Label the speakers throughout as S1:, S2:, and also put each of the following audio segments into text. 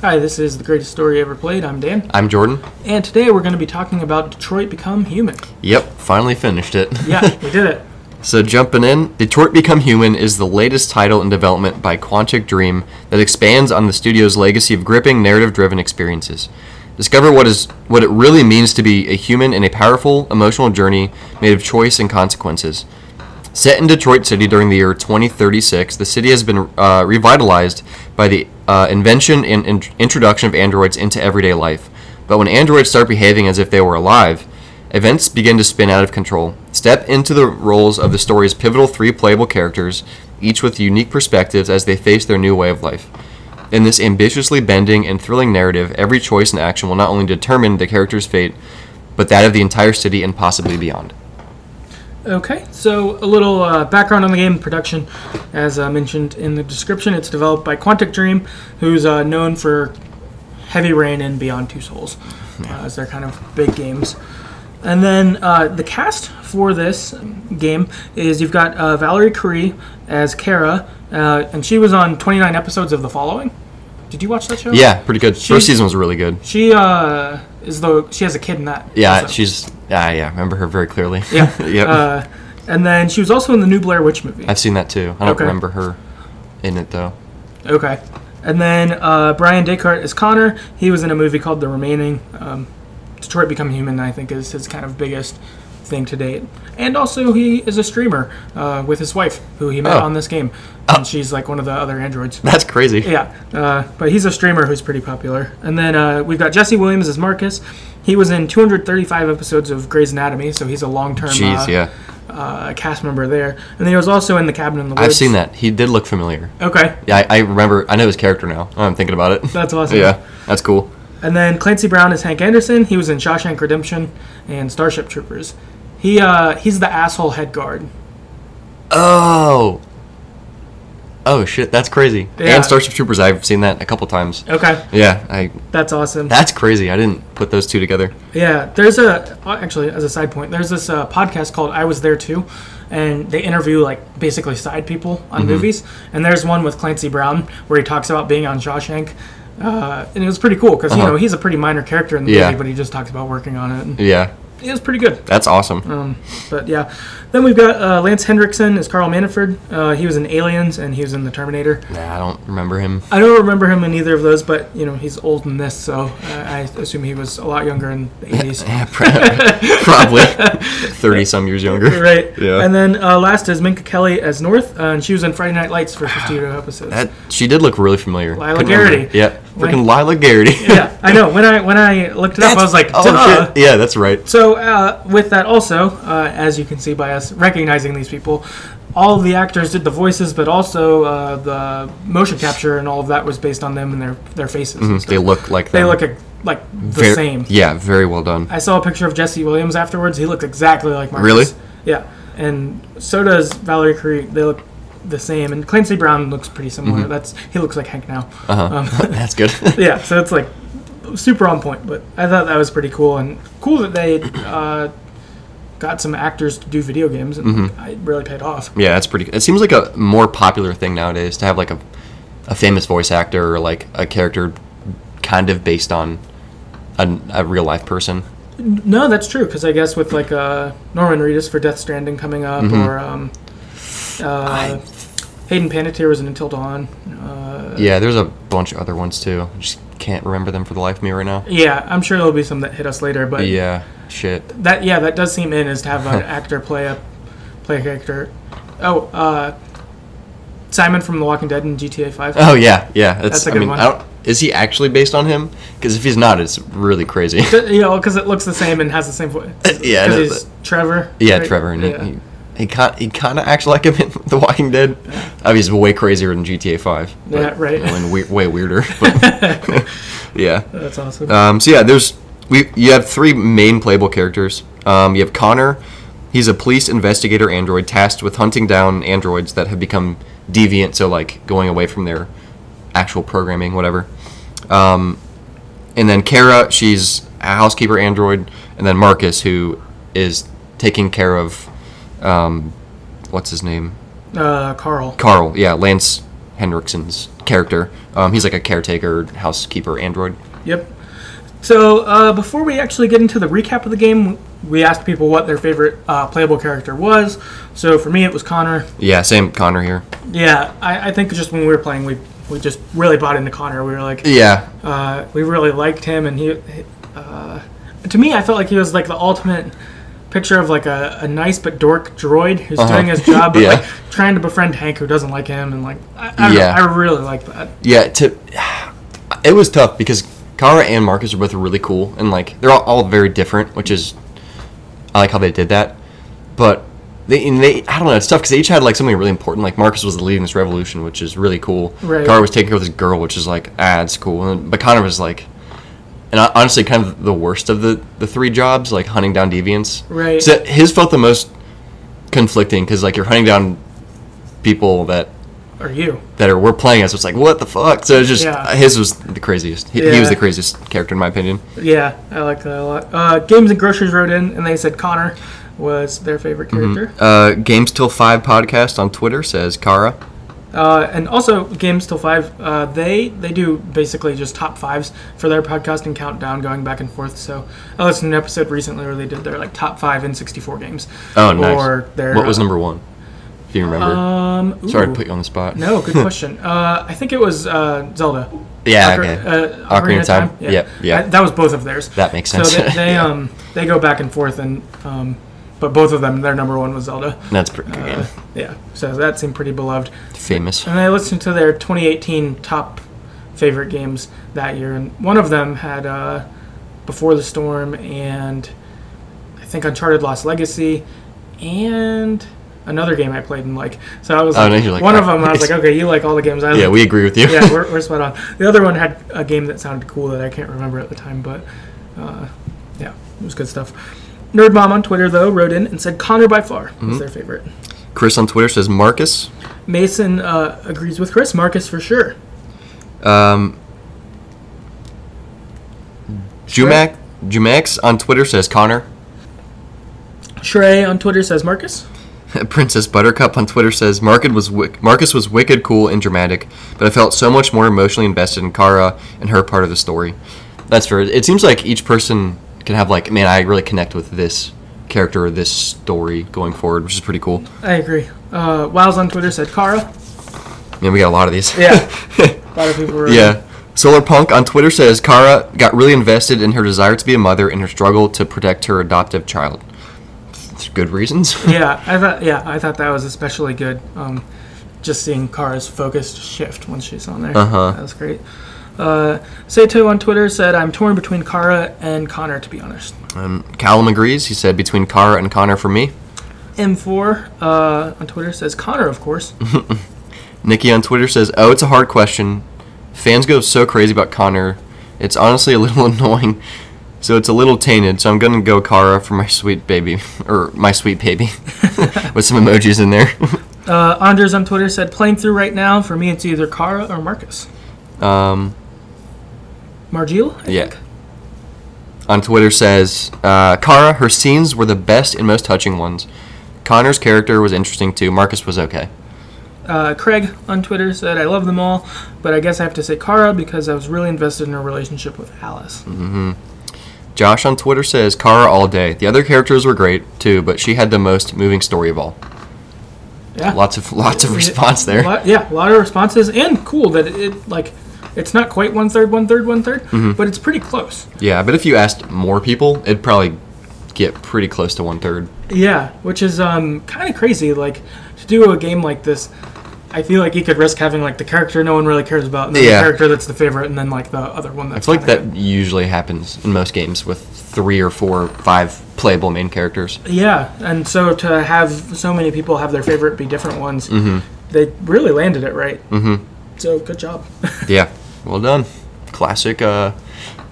S1: Hi, this is The Greatest Story Ever Played. I'm Dan.
S2: I'm Jordan.
S1: And today we're going to be talking about Detroit Become Human.
S2: Yep, finally finished it.
S1: Yeah, we did it.
S2: So, jumping in, Detroit Become Human is the latest title in development by Quantic Dream that expands on the studio's legacy of gripping narrative driven experiences. Discover what is what it really means to be a human in a powerful, emotional journey made of choice and consequences. Set in Detroit City during the year 2036, the city has been uh, revitalized by the uh, invention and in- introduction of androids into everyday life. But when androids start behaving as if they were alive, events begin to spin out of control. Step into the roles of the story's pivotal three playable characters, each with unique perspectives as they face their new way of life. In this ambitiously bending and thrilling narrative, every choice and action will not only determine the character's fate, but that of the entire city and possibly beyond.
S1: Okay, so a little uh, background on the game production. As uh, mentioned in the description, it's developed by Quantic Dream, who's uh, known for Heavy Rain and Beyond Two Souls uh, as their kind of big games. And then uh, the cast for this game is you've got uh, Valerie Curie as Kara, uh, and she was on 29 episodes of The Following. Did you watch that show?
S2: Yeah, pretty good.
S1: She-
S2: First season was really good.
S1: She uh, is the she has a kid in that.
S2: Yeah,
S1: also.
S2: she's. Yeah, yeah, I remember her very clearly.
S1: yeah.
S2: yep.
S1: Uh, and then she was also in the new Blair Witch movie.
S2: I've seen that too. I don't
S1: okay.
S2: remember her in it though.
S1: Okay. And then uh, Brian Descartes is Connor. He was in a movie called The Remaining. Um, Detroit Become Human, I think, is his kind of biggest thing to date. And also, he is a streamer uh, with his wife, who he met
S2: Oh.
S1: on this game. And she's like one of the other androids.
S2: That's crazy.
S1: Yeah, uh, but he's a streamer who's pretty popular. And then uh, we've got Jesse Williams as Marcus. He was in 235 episodes of Grey's Anatomy, so he's a long-term
S2: Jeez,
S1: uh,
S2: yeah.
S1: uh, cast member there. And then he was also in The Cabin in the Woods.
S2: I've seen that. He did look familiar.
S1: Okay,
S2: Yeah, I, I remember. I know his character now. I'm thinking about it.
S1: that's awesome.
S2: yeah, that's cool.
S1: And then Clancy Brown is Hank Anderson. He was in Shawshank Redemption and Starship Troopers. He uh, he's the asshole head guard.
S2: Oh. Oh shit, that's crazy.
S1: Yeah.
S2: And Starship Troopers, I've seen that a couple times.
S1: Okay,
S2: Yeah, I.
S1: that's awesome.
S2: That's crazy. I didn't put those two together.
S1: Yeah, there's a uh, actually as a side point, there's this uh, podcast called I Was There Too, and they interview like basically side people on
S2: Mm-hmm.
S1: movies. And there's one with Clancy Brown where he talks about being on Shawshank, uh, and it was pretty cool because you know he's a pretty minor character in the
S2: Uh-huh. Yeah.
S1: movie, but he just talks about working on it. And
S2: Yeah,
S1: it was pretty good.
S2: that's awesome.
S1: Um. But yeah, then we've got uh, Lance Hendrickson as Carl Manafort. Uh, he was in Aliens and he was in The Terminator.
S2: nah, I don't remember him.
S1: I don't remember him in either of those, but you know he's old in this, so uh, I assume he was a lot younger in the 80s.
S2: Yeah, pro- probably thirty some years younger.
S1: Right.
S2: Yeah.
S1: And then uh, last is Minka Kelly as North, uh, and she was in Friday Night Lights for 52 episodes.
S2: That she did look really familiar.
S1: Lila
S2: Couldn't remember.
S1: Garrity.
S2: Yeah, freaking Lila Garrity.
S1: yeah, I know. When I when I looked it up, I was like,
S2: oh
S1: Duh.
S2: shit. Yeah, that's right.
S1: So uh, with that, also, uh, as you can see by us recognizing these people, all of the actors did the voices, but also uh, the motion capture and all of that was based on them and their their faces. and stuff.
S2: Mm-hmm. They look like
S1: They
S2: them.
S1: look ex- like the
S2: Ver-
S1: same.
S2: Yeah, very well done.
S1: I saw a picture of Jesse Williams afterwards. He looked exactly like Marcus.
S2: Really?
S1: Yeah. And so does Valerie Curry. They look the same. And Clancy Brown looks pretty similar.
S2: Mm-hmm.
S1: That's he looks like Hank now.
S2: Uh-huh. that's good.
S1: Yeah. So it's like super on point. But I thought that was pretty cool and cool that they uh, got some actors to do video games. And it really paid off.
S2: yeah, that's pretty. It seems like a more popular thing nowadays to have like a a famous voice actor or like a character kind of based on a, a real life person.
S1: No, that's true. Because I guess with like uh, Norman Reedus for Death Stranding coming up, or um, uh, Hayden Panettiere was in Until Dawn. Uh,
S2: yeah, there's a bunch of other ones too. I just can't remember them for the life of me right now.
S1: Yeah, I'm sure there'll be some that hit us later, but
S2: Yeah, shit.
S1: that yeah, that does seem in is to have an actor play a play a character. Oh, uh, Simon from The Walking Dead in GTA Five.
S2: Oh yeah, yeah. That's,
S1: That's a
S2: I
S1: good
S2: mean,
S1: one.
S2: I don't, is he actually based on him? Because if he's not, it's really crazy.
S1: you know, because it looks the same and has the same voice.
S2: Yeah, I know
S1: he's Trevor.
S2: Yeah,
S1: right?
S2: Trevor, and
S1: Yeah.
S2: he, he, he kind he kind of acts like him in The Walking Dead. I mean, he's way crazier than GTA Five. but,
S1: Yeah, right.
S2: you know, and we, way weirder. but- yeah.
S1: That's awesome.
S2: Um, so yeah, there's we you have three main playable characters. Um, you have Connor. He's a police investigator android tasked with hunting down androids that have become deviant, so like going away from their actual programming, whatever. Um, and then Kara, she's a housekeeper android, and then Marcus, who is taking care of um, what's his name,
S1: uh, Carl.
S2: Carl. Yeah, Lance Hendrickson's character. Um, he's like a caretaker, housekeeper android.
S1: Yep. So uh, before we actually get into the recap of the game, we asked people what their favorite uh, playable character was. So for me, it was Connor.
S2: Yeah, same Connor here.
S1: Yeah, I, I think just when we were playing, we we just really bought into Connor. We were like,
S2: Yeah,
S1: uh, we really liked him, and he, uh, to me, I felt like he was like the ultimate picture of like a, a nice but dork droid who's
S2: Uh-huh.
S1: doing his job, but
S2: Yeah.
S1: like trying to befriend Hank, who doesn't like him, and like I, I, don't know,
S2: Yeah.
S1: I really like that.
S2: yeah. To it was tough because Connor and Marcus are both really cool and like they're all, all very different, which is I like how they did that. But they and they I don't know it's tough because they each had like something really important. Like Marcus was leading this revolution, which is really cool.
S1: Right.
S2: Connor was taking care of this girl, which is like ah, it's cool. And, but Connor was like. And hon- honestly, kind of the worst of the, the three jobs, like hunting down deviants.
S1: Right.
S2: So his felt the most conflicting because like you're hunting down people that
S1: Or you?
S2: that are we're playing as. It's like what the fuck. So it's just
S1: Yeah.
S2: his was the craziest. He, he was
S1: Yeah.
S2: the craziest character in my opinion.
S1: Yeah, I like that a lot. Uh, Games and Groceries wrote in, and they said Connor was their favorite character.
S2: Uh, Games Till Five podcast on Twitter says Kara.
S1: Uh, and also games till five uh, they they do basically just top fives for their podcast and countdown going back and forth so i listened to an episode recently where they did their like top five in 64 games
S2: Oh nice.
S1: or their
S2: what was
S1: uh,
S2: number one? If you remember.
S1: um ooh.
S2: Sorry to put you on the spot.
S1: no good question uh, i think it was uh, zelda
S2: Yeah.
S1: Ocar-
S2: okay.
S1: uh,
S2: Ocarina of Time?
S1: yeah,
S2: Yep, yep.
S1: I- that was both of theirs
S2: That makes
S1: so
S2: sense.
S1: they, they
S2: Yeah.
S1: um they go back and forth and um but both of them their number one was zelda
S2: That's a pretty good
S1: uh,
S2: game.
S1: yeah so that seemed pretty beloved
S2: Famous.
S1: and I listened to their 2018 top favorite games that year, and one of them had uh, Before the Storm and I think Uncharted Lost Legacy and another game I played and like. So I was
S2: Oh,
S1: like,
S2: now you're like,
S1: one of
S2: oh,
S1: them. I was
S2: nice.
S1: like, okay, you like all the games. I
S2: Yeah,
S1: like,
S2: we agree with you.
S1: yeah, we're, we're spot on. The other one had a game that sounded cool that I can't remember at the time, but uh, yeah, it was good stuff. Nerd Mom on Twitter though wrote in and said Connor by far
S2: Mm-hmm.
S1: was their favorite.
S2: Chris on Twitter says Marcus.
S1: Mason uh, agrees with Chris. Marcus for sure.
S2: Um, Jumac Jumax on Twitter says Connor.
S1: Shrey on Twitter says Marcus.
S2: Princess Buttercup on Twitter says Marcus was wick- Marcus was wicked cool and dramatic, but I felt so much more emotionally invested in Kara and her part of the story. That's fair. It seems like each person can have like, man, I really connect with this character or this story going forward, which is pretty cool.
S1: I agree. Uh, Wiles on Twitter said Kara.
S2: Man, we got a lot of these.
S1: Yeah. a lot of people were.
S2: Yeah. Solar Punk on Twitter says Kara got really invested in her desire to be a mother and her struggle to protect her adoptive child. It's good reasons.
S1: Yeah, I thought. Yeah, I thought that was especially good. Um, just seeing Kara's focused shift when she's on there.
S2: Uh-huh.
S1: That was great. Uh, Sato on Twitter said, "I'm torn between Kara and Connor, to be honest."
S2: Um, Callum agrees. He said between Kara and Connor for me.
S1: M4 uh, on Twitter says Connor, of course.
S2: Mm-hmm. Nikki on Twitter says, "Oh, it's a hard question. Fans go so crazy about Connor. It's honestly a little annoying. So it's a little tainted. So I'm gonna go Kara for my sweet baby, or my sweet baby, with some emojis in there.
S1: uh, Anders on Twitter said, "Playing through right now. For me, it's either Kara or Marcus."
S2: um,
S1: Margil, I
S2: yeah.
S1: think.
S2: On Twitter says, uh, Kara, her scenes were the best and most touching ones. Connor's character was interesting too. Marcus was okay.
S1: Uh, Craig on Twitter said, I love them all, but I guess I have to say Kara because I was really invested in her relationship with Alice.
S2: Josh on Twitter says, Kara all day. The other characters were great too, but she had the most moving story of all.
S1: Yeah.
S2: Lots of lots of response there.
S1: Lot- yeah, a lot of responses, and cool that it, it, like, it's not quite one third, one third, one third,
S2: Mm-hmm.
S1: but it's pretty close.
S2: Yeah, but if you asked more people, it'd probably get pretty close to one third.
S1: Yeah, which is um, kind of crazy. Like, to do a game like this, I feel like you could risk having, like, the character no one really cares about, and then
S2: Yeah.
S1: the character that's the favorite, and then, like, the other one that's.
S2: It's like
S1: kinda
S2: that usually happens in most games with three or four, or five playable main characters.
S1: Yeah, and so to have so many people have their favorite be different ones, they really landed it right. Mm-hmm. So good job.
S2: Yeah, well done. Classic, uh,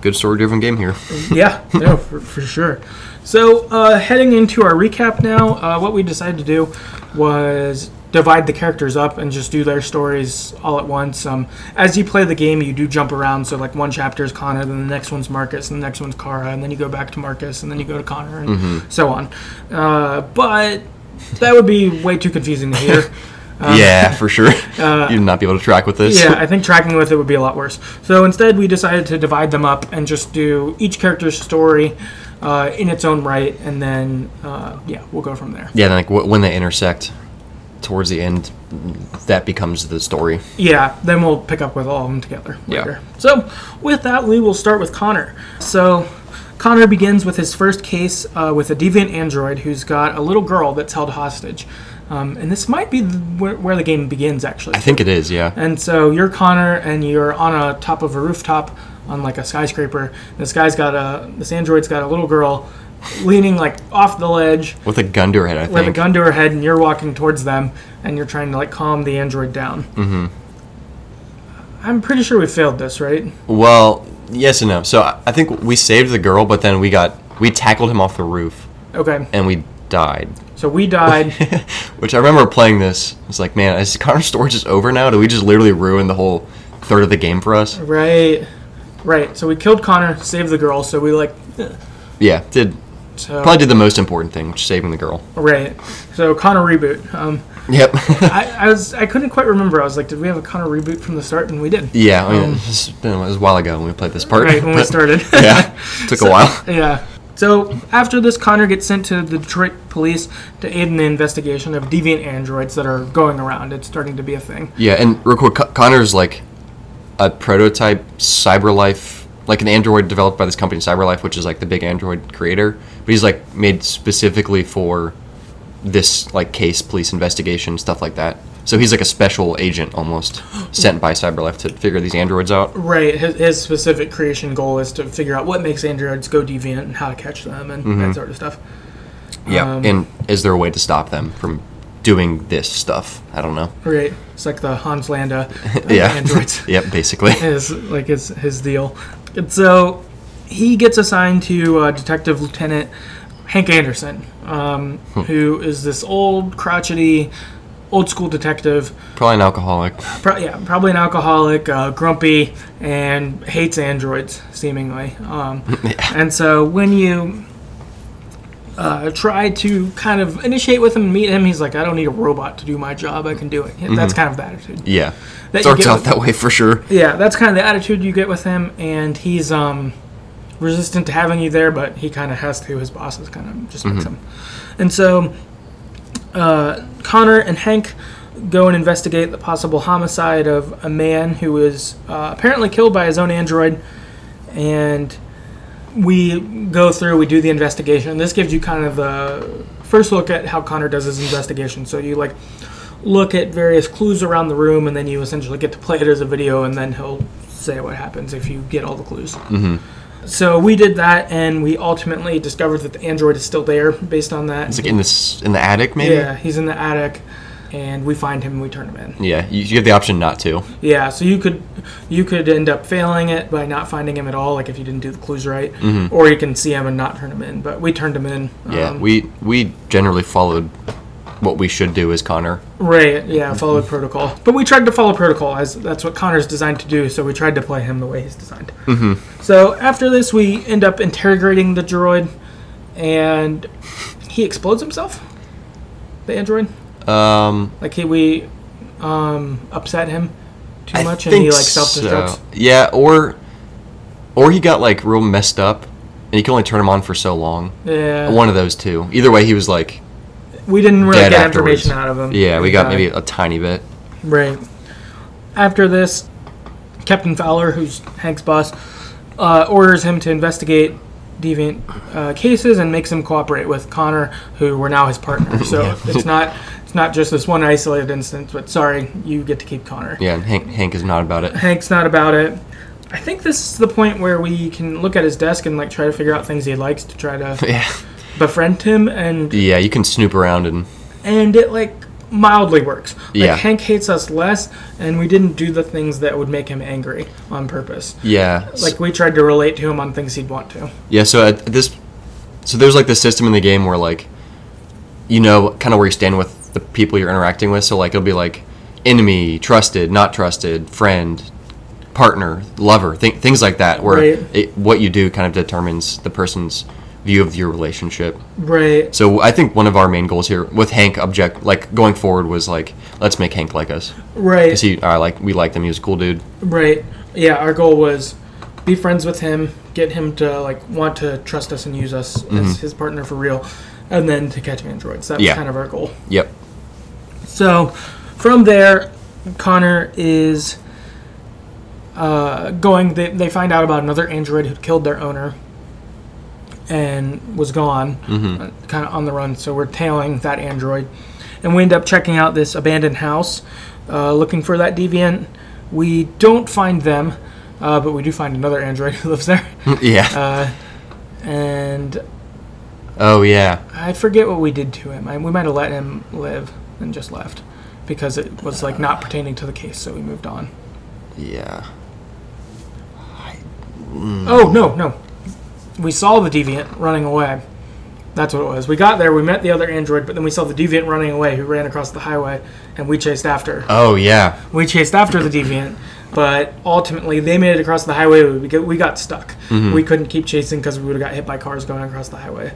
S2: good story driven game here.
S1: yeah, no, for, for sure. So uh, heading into our recap now, uh, what we decided to do was divide the characters up and just do their stories all at once. Um, as you play the game, you do jump around. So like one chapter is Connor, then the next one's Marcus, and the next one's Kara, and then you go back to Marcus, and then you go to Connor, and so on. Uh, but that would be way too confusing to hear.
S2: yeah, for sure. You'd not be able to track with this.
S1: Yeah, I think tracking with it would be a lot worse. So instead, we decided to divide them up and just do each character's story uh, in its own right, and then uh, yeah, we'll go from there.
S2: Yeah, and like wh- when they intersect towards the end, that becomes the story.
S1: Yeah, then we'll pick up with all of them together
S2: Yeah.
S1: later. So with that, we will start with Connor. So. Connor begins with his first case uh, with a deviant android who's got a little girl that's held hostage. Um, and this might be the, where, where the game begins, actually.
S2: I think it is, yeah.
S1: And so you're Connor, and you're on a top of a rooftop on like a skyscraper. This guy's got a this android's got a little girl leaning like off the ledge
S2: With a gun to her head, I
S1: with a
S2: think.
S1: gun to her head, and you're walking towards them, and you're trying to like calm the android down. Mm-hmm. I'm pretty sure we failed this, right?
S2: Well, yes and no. So I I think we saved the girl, but then we got we tackled him off the roof
S1: Okay,
S2: and we died.
S1: so we died.
S2: Which I remember playing this. It's like, man, is Connor's story just over now? Do we just literally ruin the whole third of the game for us?
S1: right, right. So we killed Connor, saved the girl. So we like
S2: Yeah, did
S1: so
S2: probably did the most important thing, which is saving the girl.
S1: right. So Connor reboot. Um,
S2: Yep.
S1: I, I was I couldn't quite remember. I was like, did we have a Connor reboot from the start? And we did.
S2: yeah, I mean, it's been, it was a while ago when we played this part.
S1: Um, Right, when we
S2: but-
S1: started.
S2: Yeah, took a while.
S1: yeah. So after this, Connor gets sent to the Detroit police to aid in the investigation of deviant androids that are going around. It's starting to be a thing.
S2: Yeah, and real quick, Con- Connor's like a prototype CyberLife, like an android developed by this company, CyberLife, which is like the big android creator. But he's like made specifically for this like case, police investigation, stuff like that. So he's like a special agent almost sent by CyberLife to figure these androids out.
S1: Right. His, his specific creation goal is to figure out what makes androids go deviant and how to catch them and that sort of stuff.
S2: Yeah,
S1: Um,
S2: and is there a way to stop them from doing this stuff? I don't know.
S1: Right. It's like the Hans Landa of
S2: Yeah,
S1: androids.
S2: yep, basically.
S1: is like his his deal. And so he gets assigned to uh, Detective Lieutenant Hank Anderson, um, who is this old crotchety, old school detective.
S2: Probably an alcoholic.
S1: Pro- yeah, probably an alcoholic, uh, grumpy, and hates androids seemingly. Um, And so when you uh, try to kind of initiate with him and meet him, he's like, "I don't need a robot to do my job. I can do it." That's kind of the attitude.
S2: Yeah,
S1: That you
S2: Mm-hmm. starts
S1: get
S2: out
S1: with-
S2: that way for sure.
S1: Yeah, that's kind of the attitude you get with him, and he's um, resistant to having you there, but he kind of has to. His bosses kind of just
S2: Mm-hmm.
S1: makes him. And so, uh, Connor and Hank go and investigate the possible homicide of a man who was uh, apparently killed by his own android, and we go through, we do the investigation. And this gives you kind of the first look at how Connor does his investigation. So you like look at various clues around the room, and then you essentially get to play it as a video, and then he'll say what happens if you get all the clues. Mm-hmm. So we did that, and we ultimately discovered that the android is still there based on that.
S2: It's like in this in the attic, maybe.
S1: Yeah, he's in the attic, and we find him and we turn him in.
S2: Yeah, you, you have the option not to.
S1: Yeah, so you could you could end up failing it by not finding him at all, like if you didn't do the clues right, or you can see him and not turn him in. But we turned him in.
S2: Mm-hmm. Yeah,
S1: um,
S2: we we generally followed what we should do as Connor.
S1: right. Yeah, followed protocol, but we tried to follow protocol as that's what Connor's designed to do. So we tried to play him the way he's designed. Mm-hmm. So after this, we end up interrogating the droid, and he explodes himself. The android,
S2: Um,
S1: like he we um, upset him too
S2: I
S1: much, and
S2: think
S1: he like
S2: so.
S1: self destructs.
S2: Yeah, or or he got like real messed up, and you can only turn him on for so long.
S1: Yeah.
S2: One of those two. Either way, he was like,
S1: we didn't really
S2: Dead
S1: get
S2: afterwards.
S1: information out of him.
S2: yeah, we got
S1: Uh,
S2: maybe a tiny bit.
S1: right after this. Captain Fowler, who's Hank's boss, uh, orders him to investigate deviant uh, cases and makes him cooperate with Connor, who we're now his partner. So it's not it's not just this one isolated instance, but sorry, you get to keep Connor.
S2: Yeah, and Hank Hank is not about it.
S1: Hank's not about it. I think this is the point where we can look at his desk and like try to figure out things he likes to try to
S2: Yeah,
S1: befriend him and
S2: yeah, you can snoop around and
S1: and it like mildly works. Like
S2: Yeah.
S1: Hank hates us less, and we didn't do the things that would make him angry on purpose.
S2: yeah, s-
S1: Like we tried to relate to him on things he'd want to.
S2: yeah. So at this, so there's like this system in the game where like, you know, kind of where you stand with the people you're interacting with. So like, it'll be like enemy, trusted, not trusted, friend, partner, lover, th- things like that, where
S1: Right.
S2: it, what you do kind of determines the person's view of your relationship.
S1: Right.
S2: So I think one of our main goals here with Hank object like going forward was like let's make Hank like us
S1: Right.
S2: because he I like we liked him he was a cool dude
S1: Right. Yeah, our goal was be friends with him, get him to like want to trust us and use us as his partner for real, and then to catch androids. That was
S2: Mm-hmm. Yeah.
S1: kind of our goal.
S2: yep
S1: So from there, Connor is uh, going. They, they find out about another android who killed their owner and was gone, kind of on the run. So we're tailing that android, and we end up checking out this abandoned house, uh, looking for that deviant. We don't find them, uh, but we do find another android who lives there,
S2: yeah
S1: Uh, and
S2: oh yeah
S1: I forget what we did to him. I, we might have let him live and just left because it was like not pertaining to the case, so we moved on.
S2: yeah
S1: Oh no, no, we saw the deviant running away. That's what it was. We got there, we met the other android, but then we saw the deviant running away, who ran across the highway, and we chased after.
S2: oh yeah
S1: We chased after the deviant, but ultimately they made it across the highway. We got, we got stuck. We couldn't keep chasing because we would have got hit by cars going across the highway.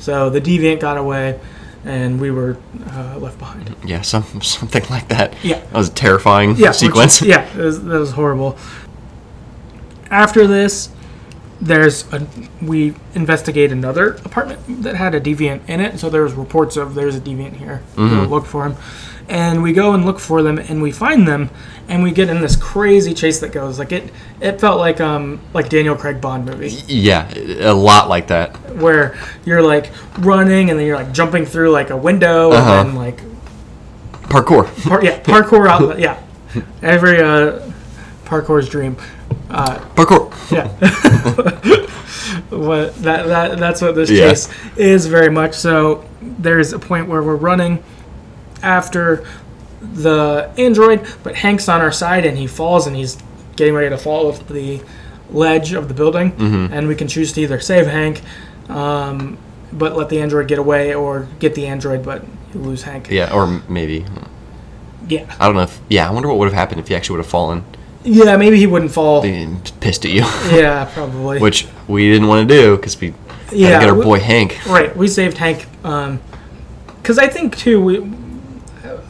S1: So the deviant got away, and we were uh, left behind.
S2: yeah some, something like that
S1: Yeah.
S2: that was a terrifying
S1: yeah, which-
S2: sequence
S1: yeah, that was, that was horrible. After this, there's a we investigate another apartment that had a deviant in it. So there was reports of there's a deviant here. Go
S2: Mm-hmm.
S1: look for him, and we go and look for them, and we find them, and we get in this crazy chase that goes like it. It felt like um like Daniel Craig Bond movie
S2: yeah a lot like that
S1: where you're like running and then you're like jumping through like a window
S2: Uh-huh.
S1: and then like
S2: parkour
S1: par- yeah parkour outlet yeah every uh parkour's dream. Uh,
S2: parkour
S1: yeah. what that, that that's what this
S2: Yeah.
S1: chase is very much. So there's a point where we're running after the android, but Hank's on our side and he falls and he's getting ready to fall off the ledge of the building,
S2: Mm-hmm.
S1: and we can choose to either save Hank, um, but let the android get away, or get the android but you lose Hank.
S2: yeah or m- maybe
S1: Yeah,
S2: I don't know if yeah I wonder what would have happened if he actually would have fallen
S1: yeah. Maybe he wouldn't fall.
S2: and pissed at you
S1: Yeah, probably.
S2: which we didn't want to do because we had
S1: yeah,
S2: to get our
S1: we-
S2: boy Hank
S1: Right, we saved Hank. Because I think, too, we,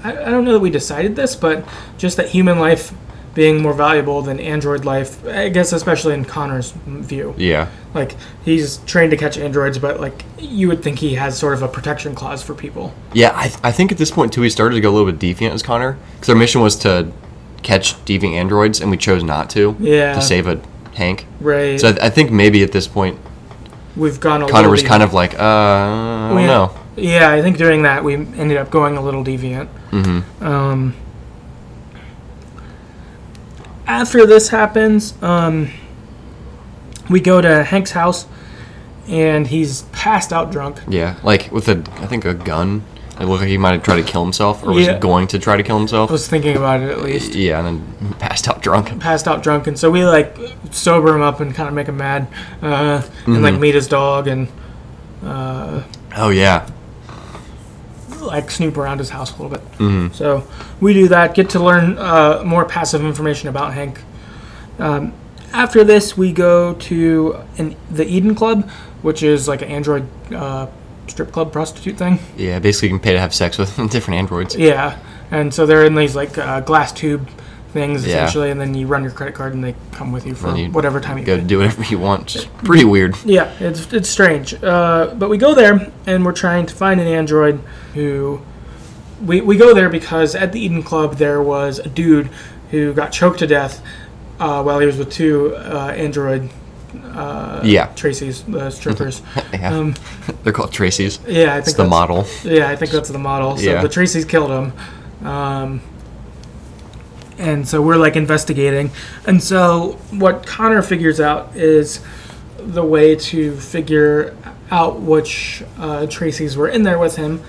S1: I, I don't know that we decided this, but just that human life being more valuable than android life, I guess, especially in Connor's view.
S2: yeah
S1: Like, he's trained to catch androids, but, like, you would think he has sort of a protection clause for people.
S2: Yeah, I, I think at this point too, we started to go a little bit deviant as Connor because our mission was to catch deviant androids, and we chose not to.
S1: Yeah.
S2: To save a Hank.
S1: Right.
S2: So I, I think maybe at this point,
S1: We've gone a
S2: Connor
S1: little
S2: was
S1: deviant.
S2: kind of like, uh, I don't
S1: yeah.
S2: know.
S1: Yeah, I think during that we ended up going a little deviant. Mm-hmm. Um, after this happens, um, we go to Hank's house, and he's passed out drunk.
S2: Yeah, like with a, I think a gun. It looked like he might have tried to kill himself, or was
S1: Yeah.
S2: going to try to kill himself.
S1: I was thinking about it at least.
S2: yeah, and then passed out drunk.
S1: Passed out drunk, and so we like sober him up and kind of make him mad, uh, and like meet his dog and
S2: Oh yeah,
S1: like snoop around his house a little bit. So we do that, get to learn uh, more passive information about Hank. Um, after this, we go to an, the Eden Club, which is like an android uh, strip club prostitute thing.
S2: yeah. Basically, you can pay to have sex with different androids.
S1: Yeah, and so they're in these like uh, glass tube things
S2: Yeah.
S1: essentially, and then you run your credit card and they come with you for
S2: Then you
S1: whatever time you
S2: Go
S1: pay.
S2: do whatever you want. Just pretty weird.
S1: Yeah, it's it's strange. Uh, but we go there and we're trying to find an android who we we go there because at the Eden Club there was a dude who got choked to death uh, while he was with two uh, android Uh,
S2: yeah.
S1: Tracy's the strippers.
S2: yeah. They're called Tracy's.
S1: yeah, I think
S2: It's the
S1: um, that's-
S2: model.
S1: Yeah, I think that's the model. So
S2: Yeah.
S1: the Tracy's killed him. Um, and so we're like investigating. And so what Connor figures out is the way to figure out which uh, Tracy's were in there with him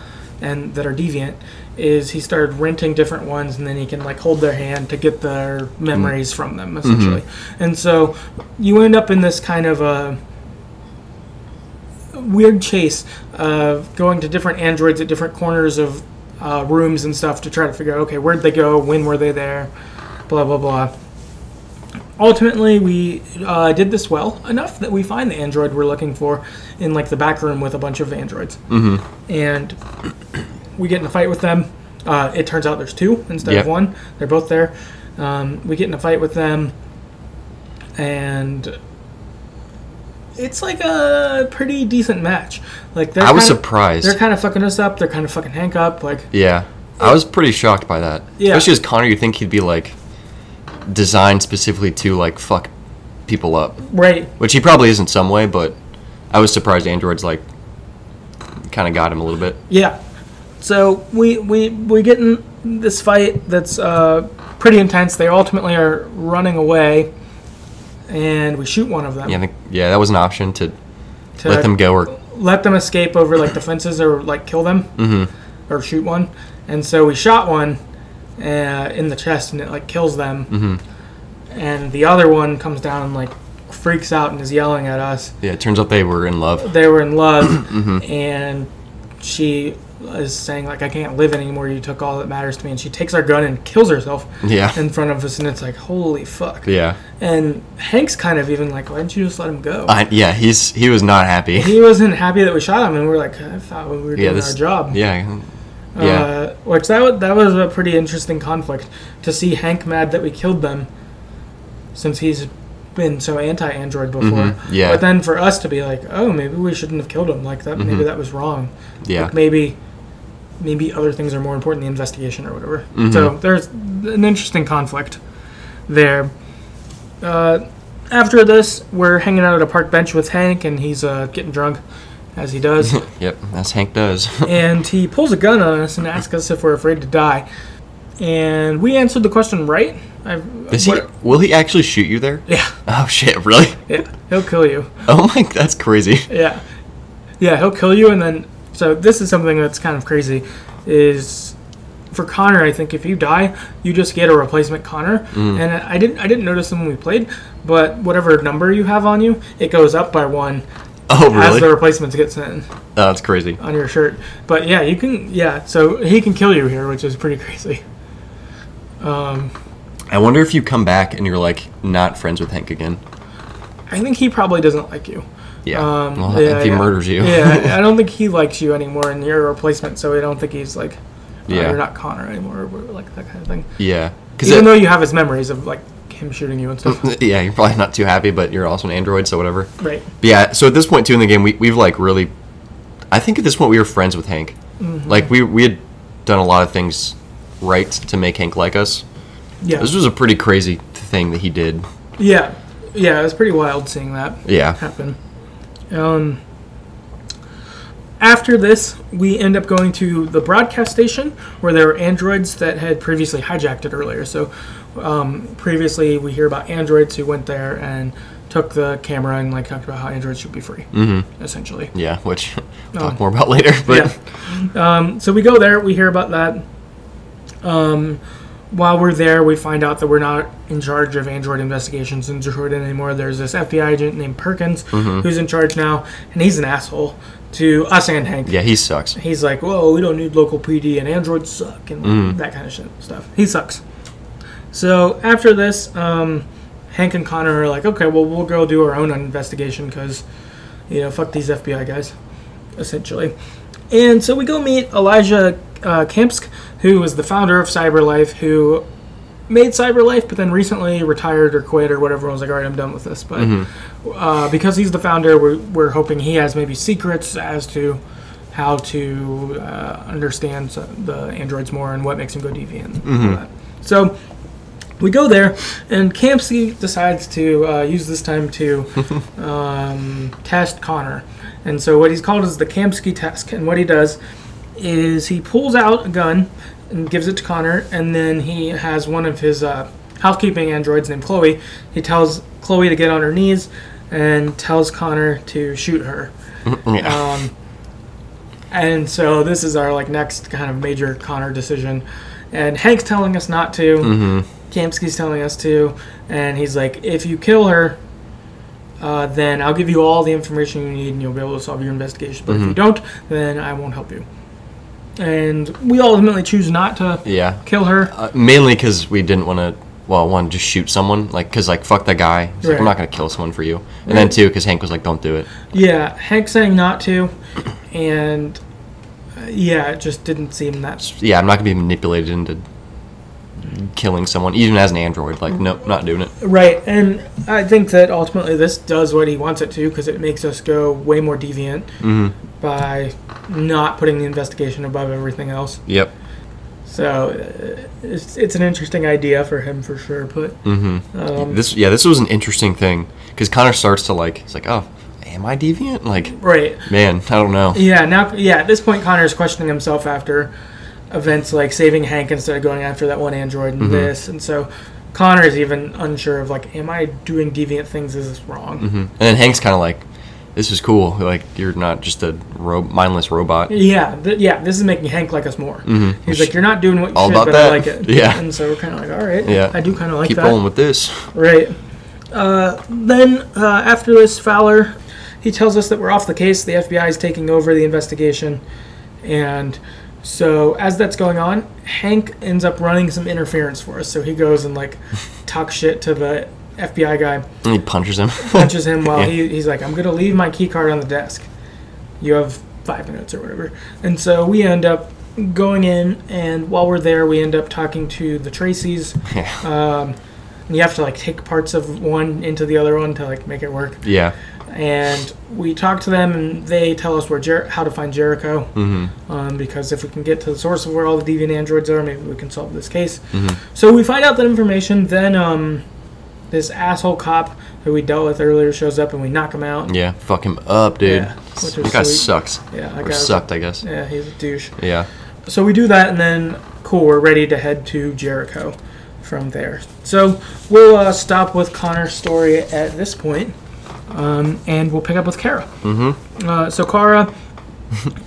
S1: and that are deviant is he started renting different ones and then he can like hold their hand to get their memories from them essentially. And so you end up in this kind of uh, weird chase of going to different androids at different corners of uh, rooms and stuff to try to figure out okay where'd they go when were they there blah blah blah ultimately, we uh, did this well enough that we find the android we're looking for in like the back room with a bunch of androids, mm-hmm. and we get in a fight with them. Uh, it turns out there's two instead
S2: Yep.
S1: of one. They're both there. Um, we get in a fight with them, and it's like a pretty decent match. Like they're
S2: I was
S1: kinda-
S2: surprised.
S1: They're kind of fucking us up. They're kind of fucking Hank up. Like
S2: Yeah. I was pretty shocked by that.
S1: Yeah.
S2: Especially as Connor, you'd think he'd be like designed specifically to like fuck people up.
S1: right,
S2: Which he probably is in some way, but I was surprised Android's like kinda got him a little bit.
S1: Yeah. So we we we get in this fight that's uh, pretty intense. They ultimately are running away, and we shoot one of them.
S2: Yeah, I think, yeah, that was an option to
S1: to
S2: let them go or
S1: let them escape over like the fences or like kill them
S2: Mm-hmm.
S1: or shoot one. And so we shot one uh, in the chest, and it like kills them.
S2: Mm-hmm.
S1: And the other one comes down and like freaks out and is yelling at us.
S2: yeah, it turns out they were in love.
S1: they were in love
S2: Mm-hmm.
S1: and she is saying like i can't live anymore you took all that matters to me and she takes our gun and kills herself
S2: Yeah.
S1: in front of us and it's like holy fuck
S2: Yeah.
S1: and hank's kind of even like why didn't you just let him go
S2: I, yeah, he's he was not happy.
S1: he wasn't happy that we shot him and we are like i thought we were doing
S2: Yeah, this
S1: our job
S2: Yeah. mm-hmm, Yeah.
S1: uh, which that, wa- that was a pretty interesting conflict to see hank mad that we killed them since he's been so anti-android before
S2: Mm-hmm. yeah.
S1: but then for us to be like oh maybe we shouldn't have killed him like that
S2: Mm-hmm.
S1: maybe that was wrong
S2: yeah.
S1: like maybe maybe other things are more important the investigation or whatever
S2: Mm-hmm.
S1: so there's an interesting conflict there uh, after this we're hanging out at a park bench with hank and he's uh, getting drunk as he does
S2: Yep, that's Hank does.
S1: and he pulls a gun on us and asks us if we're afraid to die and we answered the question right I,
S2: Does he,
S1: what-
S2: will he actually shoot you there?
S1: yeah
S2: Oh shit, really?
S1: yeah he'll kill you
S2: Oh my, that's crazy.
S1: Yeah. Yeah, he'll kill you and then so this is something that's kind of crazy is for Connor, I think if you die, you just get a replacement Connor.
S2: Mm.
S1: And I didn't I didn't notice them when we played, but whatever number you have on you, it goes up by one
S2: Oh
S1: as the
S2: really?
S1: replacements get sent in
S2: Oh, that's crazy.
S1: on your shirt. But yeah, you can yeah, so he can kill you here, which is pretty crazy.
S2: I wonder if you come back and you're like not friends with Hank again.
S1: I think he probably doesn't like you.
S2: Yeah.
S1: Um,
S2: well,
S1: yeah,
S2: if he
S1: yeah.
S2: murders you.
S1: Yeah, I don't think he likes you anymore and you're a replacement, so I don't think he's like "Oh,
S2: Yeah.
S1: you're not Connor anymore, or like that kind of thing.
S2: yeah. Because
S1: Even though you have his memories of like him shooting you and stuff,
S2: yeah, you're probably not too happy, but you're also an android, so whatever.
S1: right?
S2: But yeah. So at this point too in the game, we we've like really, I think at this point we were friends with Hank.
S1: Mm-hmm.
S2: Like we we had done a lot of things right to make Hank like us.
S1: Yeah,
S2: This was a pretty crazy thing that he did.
S1: yeah, yeah. It was pretty wild seeing that
S2: Yeah.
S1: happen. Um, after this, we end up going to the broadcast station where there were androids that had previously hijacked it earlier. So um, previously, we hear about androids who went there and took the camera and like talked about how androids should be free, mm-hmm. essentially.
S2: Yeah. Which we'll talk more about later. But
S1: Oh. yeah. Um, so we go there. We hear about that. Um, while we're there, we find out that we're not in charge of Android investigations in Jordan anymore. There's this FBI agent named Perkins who's in charge now, and he's an asshole to us and Hank.
S2: yeah, he sucks.
S1: He's like, "Whoa, we don't need local PD, and Androids suck, and that kind of shit stuff." He sucks. So after this, um, Hank and Connor are like, "Okay, well, we'll go do our own investigation because, you know, fuck these FBI guys, essentially." And so we go meet Elijah uh, Kampsk, who was the founder of CyberLife, who made CyberLife, but then recently retired or quit or whatever. and was like, "All right, I'm done with this." But uh, because he's the founder, we're, we're hoping he has maybe secrets as to how to uh, understand s- the androids more and what makes them go deviant. and all that. So we go there, and Campsy decides to uh, use this time to um, test Connor. And so what he's called is the Kamsky test. And what he does is he pulls out a gun and gives it to Connor, and then he has one of his uh, housekeeping androids named Chloe. He tells Chloe to get on her knees and tells Connor to shoot her.
S2: Yeah.
S1: Um, and so this is our like next kind of major Connor decision. And Hank's telling us not to. Kamsky's telling us to, and he's like, if you kill her, uh, then I'll give you all the information you need, and you'll be able to solve your investigation. But if you don't, then I won't help you. And we ultimately choose not to
S2: yeah.
S1: kill her.
S2: Uh, mainly because we didn't want to well, one, just shoot someone, like, because, like, fuck that guy. He's like, I'm
S1: Right.
S2: not going to kill someone for you. And then, two, because Hank was like, don't do it.
S1: Yeah, Hank saying not to, and uh, yeah, it just didn't seem that.
S2: Yeah, I'm not going to be manipulated into killing someone, even as an android.
S1: Mm-hmm.
S2: Like, nope, not doing it.
S1: Right, and I think that ultimately this does what he wants it to because it makes us go way more deviant by not putting the investigation above everything else.
S2: Yep.
S1: So uh, it's, it's an interesting idea for him for sure, but
S2: this yeah this was an interesting thing because connor starts to like he's like oh am i deviant like
S1: right.
S2: man i don't know
S1: Yeah, now yeah, at this point Connor's questioning himself after events like saving Hank instead of going after that one android and this and so Connor is even unsure of like, am I doing deviant things? Is this wrong?
S2: and then hank's kind of like this is cool like you're not just a ro- mindless robot
S1: Yeah, th- yeah. This is making Hank like us more. He's like, you're not doing what you
S2: Mm-hmm. All
S1: should,
S2: about
S1: but
S2: that.
S1: I like it.
S2: Yeah.
S1: And so we're kind of like, all right,
S2: Yeah.
S1: I do kind of like
S2: keep
S1: that.
S2: rolling with this
S1: Right. Uh, then uh, after this, Fowler, he tells us that we're off the case. The FBI is taking over the investigation, and so as that's going on, Hank ends up running some interference for us. So he goes and like talks shit to the FBI guy,
S2: and he punches him
S1: punches him while
S2: Yeah.
S1: he, he's like, "I'm gonna leave my key card on the desk. You have five minutes or whatever." And so we end up going in, and while we're there, we end up talking to the Tracys. Uh,
S2: yeah.
S1: And you have to like take parts of one into the other one to like make it work.
S2: yeah
S1: And we talk to them, and they tell us where Jer- how to find Jericho. Mm-hmm. Um, because if we can get to the source of where all the deviant androids are, maybe we can solve this case. So we find out that information. Then um, this asshole cop who we dealt with earlier shows up, and we knock him out.
S2: yeah fuck him up dude
S1: Yeah, which
S2: that
S1: is
S2: guy
S1: sweet.
S2: sucks
S1: Yeah, that
S2: or
S1: guy was-
S2: sucked i guess yeah,
S1: Yeah, he's a douche. So we do that, and then cool, we're ready to head to Jericho from there. So we'll uh, stop with Connor's story at this point, um, and we'll pick up with Kara. Mm-hmm. Uh, so Kara,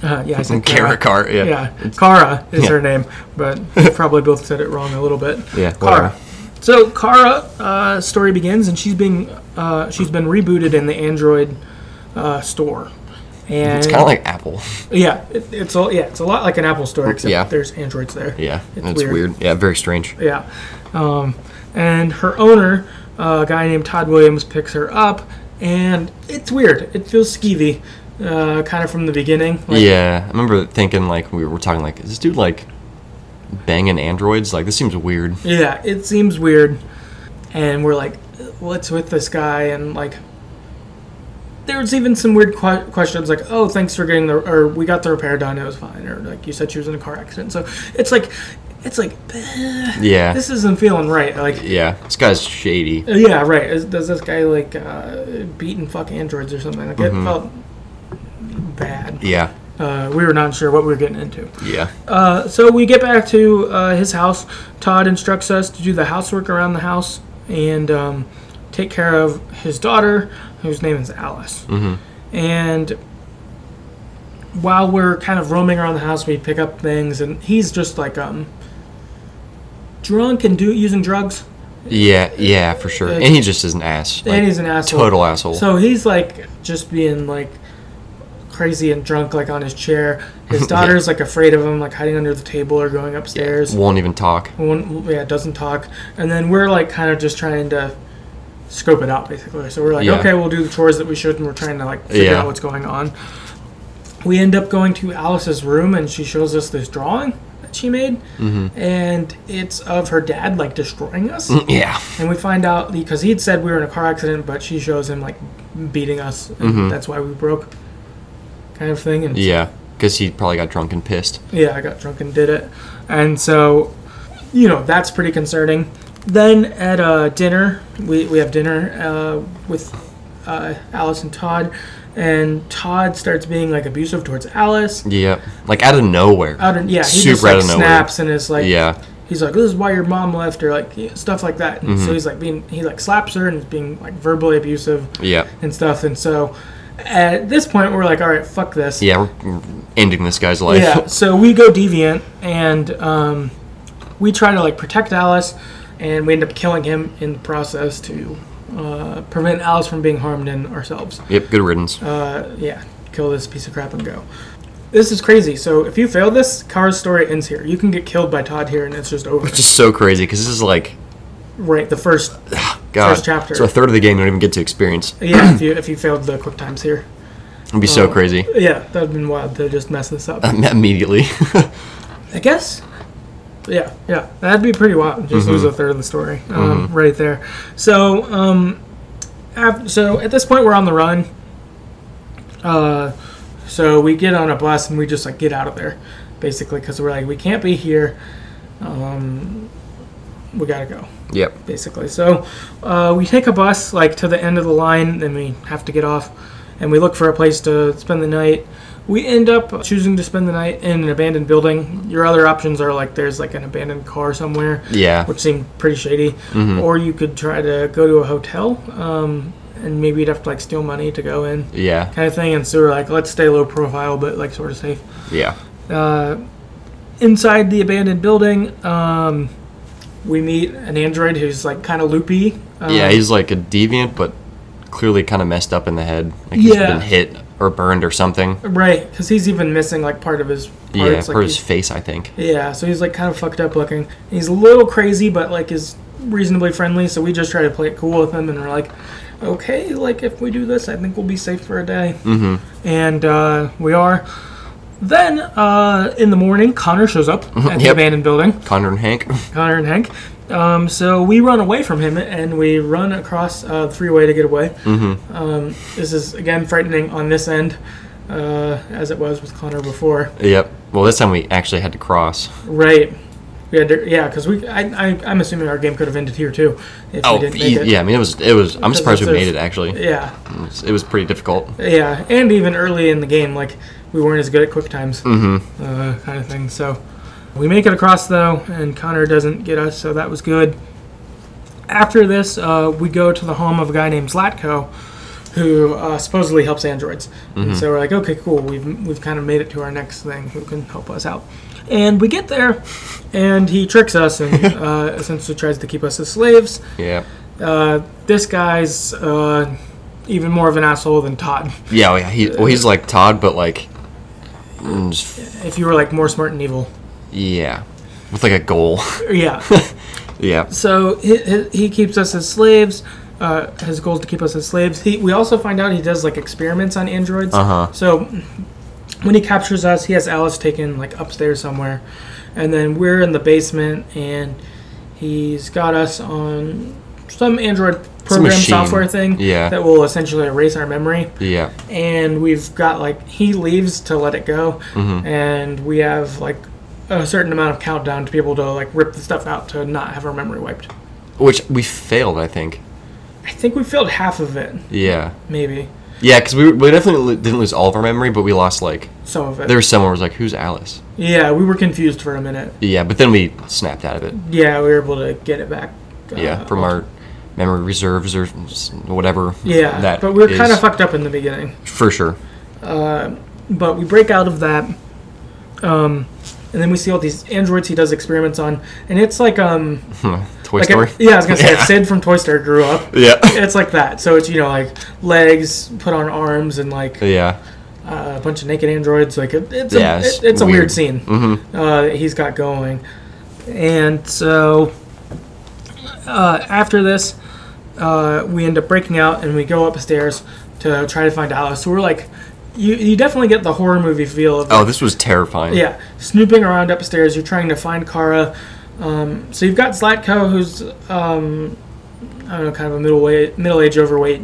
S1: uh, yeah, I said Kara.
S2: Carrot cart, yeah.
S1: Yeah, Kara is
S2: yeah.
S1: her name, but we probably both said it wrong a little bit.
S2: Yeah, whatever.
S1: Kara. So Kara uh, story begins, and she's being uh, she's been rebooted in the Android uh, store. And
S2: It's kind of like Apple.
S1: yeah, it, it's all yeah, it's a lot like an Apple store, except
S2: Yeah.
S1: there's androids there.
S2: Yeah,
S1: It's
S2: it's, weird.
S1: weird.
S2: Yeah, very strange.
S1: Yeah. Um, and her owner, uh, a guy named Todd Williams, picks her up, and it's weird. It feels skeevy, uh, kind of from the beginning. Like,
S2: yeah, I remember thinking like we were talking like is this dude like banging androids? Like this seems weird.
S1: Yeah, it seems weird. And we're like, what's with this guy? And like, there's even some weird que- questions like, oh, thanks for getting the, or we got the repair done, it was fine, or like you said she was in a car accident. So it's like, it's like,
S2: Yeah,
S1: this isn't feeling right. Like,
S2: yeah, this guy's shady.
S1: Yeah, right. Is, does this guy like uh, beat and fuck androids or something? Like
S2: Mm-hmm.
S1: it felt bad.
S2: Yeah,
S1: Uh, we were not sure what we were getting into.
S2: yeah,
S1: Uh, so we get back to uh, his house. Todd instructs us to do the housework around the house and um, take care of his daughter, whose name is Alice.
S2: Mm-hmm.
S1: And while we're kind of roaming around the house, we pick up things, and he's just like um, drunk and do using drugs.
S2: yeah, yeah, for sure. And he just is an ass. Like,
S1: and he's an asshole.
S2: total asshole.
S1: So he's like just being like crazy and drunk, like on his chair. His daughter's like afraid of him, like hiding under the table or going upstairs. Yeah,
S2: won't even talk.
S1: One, yeah doesn't talk. And then we're like kind of just trying to scope it out, basically. So we're like,
S2: Yeah.
S1: okay, we'll do the chores that we should, and we're trying to like figure
S2: Yeah.
S1: out what's going on. We end up going to Alice's room, and she shows us this drawing that she made,
S2: Mm-hmm.
S1: and it's of her dad like destroying us.
S2: Yeah,
S1: And we find out because he'd said we were in a car accident, but she shows him like beating us, and that's why we broke, kind of thing. And yeah.
S2: Mm-hmm. yeah, because he probably got drunk and pissed.
S1: I got drunk and did it, and so you know that's pretty concerning. Then at uh, dinner, we we have dinner uh, with uh, Alice and Todd, and Todd starts being like abusive towards Alice.
S2: Yeah, like out of nowhere.
S1: Out of, yeah, he just
S2: Super out
S1: like
S2: of nowhere.
S1: snaps and is like,
S2: yeah,
S1: he's like, "This is why your mom left," or like yeah, stuff like that. And
S2: Mm-hmm.
S1: so he's like being, he like slaps her and is being like verbally abusive
S2: yeah,
S1: and stuff. And so at this point, we're like, "All right, fuck this."
S2: yeah. We're ending this guy's life.
S1: Yeah, so we go deviant and um, we try to like protect Alice, and we end up killing him in the process to uh, prevent Alice from being harmed and ourselves.
S2: yep, good riddance.
S1: Uh, yeah, kill this piece of crap and go. This is crazy. So if you fail this, Kara's story ends here. You can get killed by Todd here, and it's just over.
S2: just so crazy because this is like
S1: right the first
S2: God,
S1: First chapter.
S2: So a third of the game you don't even get to experience.
S1: yeah if you if you failed the quick times here
S2: It'd be
S1: Uh,
S2: so crazy
S1: yeah that'd have been wild to just mess this up
S2: immediately.
S1: I guess. Yeah, yeah, that'd be pretty wild. Just lose a third of the story um, right there. So, um, af- so at this point, we're on the run. Uh, so we get on a bus and we just like get out of there, basically, because we're like we can't be here. Um, we gotta go
S2: yep.
S1: basically. So uh, we take a bus like to the end of the line, then we have to get off, and we look for a place to spend the night. We end up choosing to spend the night in an abandoned building. Your other options are like there's like an abandoned car somewhere,
S2: Yeah.
S1: which seemed pretty shady,
S2: Mm-hmm.
S1: or you could try to go to a hotel, um, and maybe you'd have to like steal money to go in,
S2: Yeah.
S1: kind of thing. And so we're like, let's stay low profile, but like sort of safe
S2: Yeah.
S1: inside the abandoned building, um, we meet an android who's like kind of loopy. Um,
S2: yeah. He's like a deviant, but clearly kind of messed up in the head. Like he's
S1: Yeah.
S2: been hit or burned or something.
S1: right, because he's even missing like part of his parts.
S2: yeah.
S1: like
S2: Or his
S1: he's-
S2: face, I think.
S1: yeah, so he's like kind of fucked up looking. He's a little crazy, but like is reasonably friendly. So we just try to play it cool with him, and we're like, okay, like if we do this, I think we'll be safe for a day. Mm-hmm. And uh, we are. Then uh, in the morning, Connor shows up at the
S2: Mm-hmm, Yep.
S1: abandoned building.
S2: Connor and Hank.
S1: Connor and Hank. Um, so we run away from him and we run across uh, the freeway to get away. Mm-hmm. Um, this is again frightening on this end, uh, as it was with Connor before.
S2: yep. Well, this time we actually had to cross.
S1: Right. We had to, yeah, because we I, I I'm assuming our game could have ended here too if
S2: Oh,
S1: we didn't make
S2: e-
S1: it.
S2: yeah. I mean, it was. It was. I'm
S1: Because
S2: surprised we
S1: it's a-
S2: made it actually.
S1: Yeah,
S2: It was, it was pretty difficult.
S1: yeah, and even early in the game, like we weren't as good at quick times, mm-hmm. uh, kind of thing. So we make it across though, and Connor doesn't get us, so that was good. After this, uh, we go to the home of a guy named Zlatko, who uh, supposedly helps androids. And so we're like, okay, cool. We've we've kind of made it to our next thing. Who can help us out? And we get there, and he tricks us and uh, essentially tries to keep us as slaves.
S2: Yeah.
S1: Uh, this guy's uh, even more of an asshole than Todd.
S2: Yeah. Well, yeah he, well, he's like Todd, but like. mm, just
S1: if you were like more smart and evil.
S2: Yeah. With like a goal.
S1: Yeah.
S2: yeah.
S1: so he, he- he keeps us as slaves. Uh, his goal is to keep us as slaves. He, we also find out he does like experiments on androids.
S2: Uh-huh.
S1: So when he captures us, he has Alice taken like upstairs somewhere, and then we're in the basement, and he's got us on some android program
S2: machine.
S1: software thing
S2: Yeah.
S1: that will essentially erase our memory.
S2: Yeah.
S1: and we've got like he leaves to let it go
S2: Mm-hmm.
S1: and we have like a certain amount of countdown to be able to like rip the stuff out to not have our memory wiped
S2: Which we failed, I think.
S1: i think we filled half of it
S2: Yeah.
S1: maybe
S2: Yeah, because we, we definitely didn't lose all of our memory, but we lost like.
S1: some of it
S2: There was someone who was like, who's Alice?
S1: yeah we were confused for a minute
S2: Yeah, but then we snapped out of it.
S1: yeah we were able to get it back uh,
S2: Yeah, from our memory reserves or s- whatever.
S1: yeah
S2: that
S1: but we were
S2: is.
S1: kind of fucked up in the beginning
S2: For sure.
S1: but we break out of that um, and then we see all these androids he does experiments on and it's like um
S2: Toy
S1: like e-,
S2: Story?
S1: a, yeah i was gonna say
S2: Yeah.
S1: sid from toy story grew up
S2: yeah.
S1: it's like that. So it's you know like legs put on arms and like uh,
S2: yeah.
S1: a bunch of naked androids. Like it, it's
S2: Yeah,
S1: a,
S2: it's
S1: it, it's a
S2: weird. Mm-hmm.
S1: weird scene uh, that he's got going. And so uh, after this, uh, we end up breaking out and we go upstairs to try to find Alice. So we're like, you you definitely get the horror movie feel of
S2: Oh, this was terrifying.
S1: yeah, snooping around upstairs. You're trying to find Kara. Um, so you've got Zlatko, who's um, I don't know, kind of a middle way, middle age overweight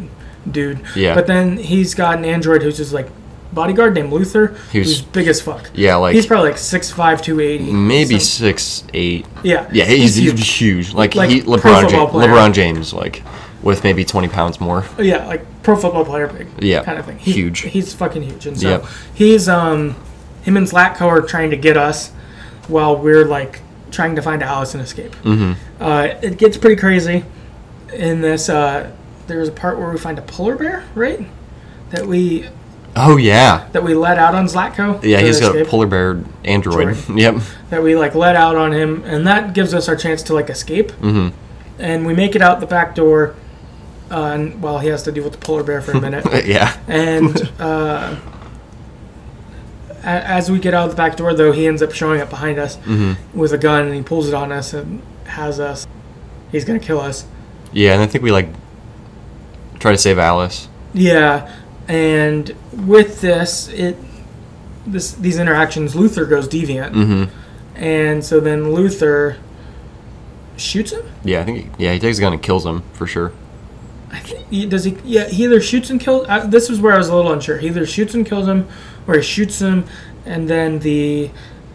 S1: dude.
S2: Yeah.
S1: But then he's got an android who's just like bodyguard named Luther,
S2: Who's-
S1: who's, big as fuck.
S2: Yeah, like.
S1: he's probably like six five two eighty.
S2: maybe six, eight.
S1: yeah.
S2: Yeah, he's, he's
S1: huge.
S2: huge. Like,
S1: Like,
S2: he,
S1: pro
S2: LeBron,
S1: football
S2: James,
S1: player.
S2: LeBron James, like, with maybe 20 pounds more.
S1: yeah, like pro football player big.
S2: Yeah,
S1: Kind of thing. He-
S2: huge.
S1: He's fucking huge. And so
S2: Yep.
S1: he's um him and Zlatko are trying to get us while we're like trying to find Alice and escape. Mm-hmm. Uh, it gets pretty crazy in this uh there's a part where we find a polar bear, right? That we
S2: Oh, yeah.
S1: that we let out on Zlatko.
S2: Yeah,
S1: to
S2: he's got a
S1: escape,
S2: polar bear android. Yep.
S1: that we like let out on him and that gives us our chance to like escape. Mm-hmm. And we make it out the back door uh, and well he has to deal with the polar bear for a minute.
S2: yeah.
S1: And uh, a- as we get out the back door, though, he ends up showing up behind us with a gun and he pulls it on us and has us he's gonna kill us.
S2: Yeah, and I think we like try to save Alice.
S1: Yeah, and with this, it this these interactions, Luther goes deviant,
S2: Mm-hmm.
S1: and so then Luther shoots him.
S2: Yeah, I think. He, yeah, he takes a gun and kills him for sure.
S1: I think he, does he? Yeah, he either shoots and kills. Uh, this is where I was a little unsure. He either shoots and kills him, or he shoots him, and then the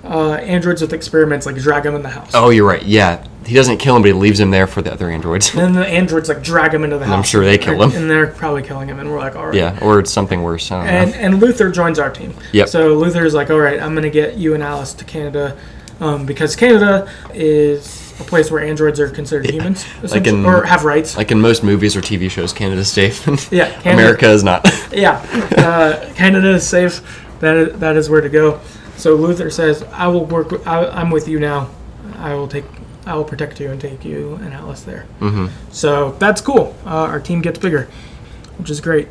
S1: uh, androids with experiments like drag him in the house.
S2: Oh, you're right. Yeah, he doesn't kill him, but he leaves him there for the other androids.
S1: Then the androids like drag him into the house.
S2: I'm sure they kill him.
S1: And they're probably killing him, and we're like, all right.
S2: yeah, or it's something worse. I don't
S1: And
S2: know.
S1: and Luther joins our team.
S2: Yep.
S1: So Luther is like, all right, I'm gonna get you and Alice to Canada, um, because Canada is a place where androids are considered humans,
S2: Like in-
S1: essentially, or have rights.
S2: Like in most movies or TV shows, Canada's safe.
S1: Yeah, Canada-
S2: America is not.
S1: yeah, uh, Canada is safe. That is, that is where to go. So Luther says, I will work. With, I, I'm with you now. I will take. I will protect you and take you and Alice there.
S2: hmm
S1: So that's cool. Uh, our team gets bigger, which is great.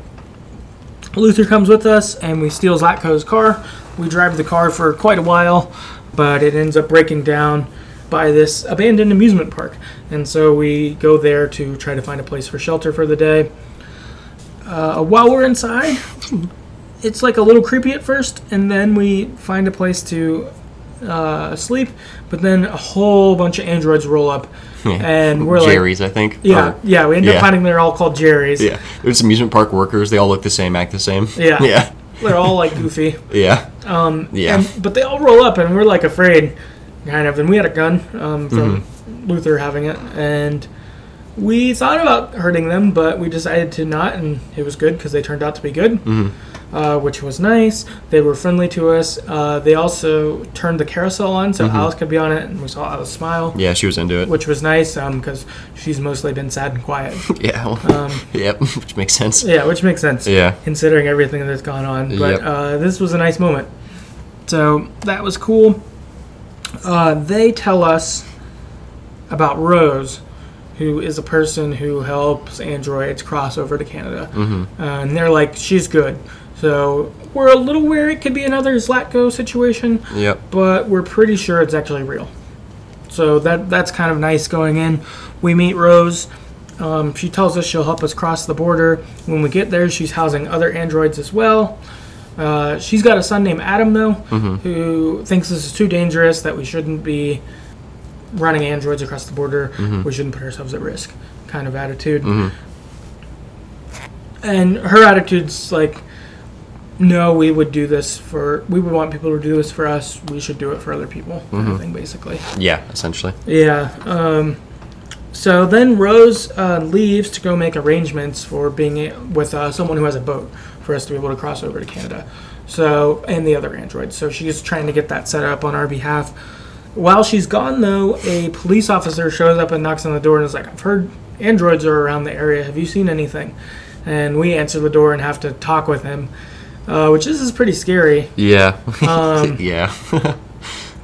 S1: Luther comes with us, and we steal Zlatko's car. We drive the car for quite a while, but it ends up breaking down by this abandoned amusement park. And so we go there to try to find a place for shelter for the day. Uh, while we're inside, it's like a little creepy at first, and then we find a place to uh, sleep. But then a whole bunch of androids roll up, and we're like,
S2: Jerry's, I think.
S1: yeah,
S2: Or-
S1: yeah. We end
S2: yeah.
S1: up finding they're all called Jerry's.
S2: yeah. There's amusement park workers. They all look the same, act the same.
S1: Yeah.
S2: Yeah.
S1: They're all like goofy.
S2: Yeah. Um. Yeah.
S1: And, but they all roll up, and we're like afraid, kind of. And we had a gun um, from
S2: Mm-hmm.
S1: Luther having it, and we thought about hurting them, but we decided to not, and it was good because they turned out to be good,
S2: Mm-hmm.
S1: uh, which was nice. They were friendly to us. Uh, they also turned the carousel on, so Alice could be on it, and we saw Alice smile,
S2: Mm-hmm. yeah. She was into it.
S1: which was nice because she's mostly been sad and quiet.
S2: Yeah. yep. Which makes sense.
S1: um, yeah, which makes sense.
S2: Yeah.
S1: considering everything that's gone on. But
S2: Yep.
S1: uh, this was a nice moment. So that was cool. Uh, they tell us about Rose, who is a person who helps androids cross over to Canada.
S2: Mm-hmm.
S1: Uh, and they're like, she's good. So we're a little wary. It could be another Zlatko situation
S2: Yep.
S1: but we're pretty sure it's actually real. So that that's kind of nice going in. We meet Rose. Um, she tells us she'll help us cross the border. When we get there, she's housing other androids as well. Uh, she's got a son named Adam though, who thinks this is too dangerous that we shouldn't be running androids across the border. We shouldn't put ourselves at risk, kind of attitude. And her attitude's like, no, we would do this for, we would want people to do this for us. We should do it for other people, kind of thing, basically.
S2: Yeah. Essentially.
S1: Yeah. Um, so then Rose uh, leaves to go make arrangements for being a- with uh, someone who has a boat for us to be able to cross over to Canada. So and the other androids. So she's trying to get that set up on our behalf. While she's gone, though, a police officer shows up and knocks on the door and is like, "I've heard androids are around the area. Have you seen anything?" And we answer the door and have to talk with him, uh, which this is pretty scary
S2: Yeah.
S1: Um,
S2: yeah.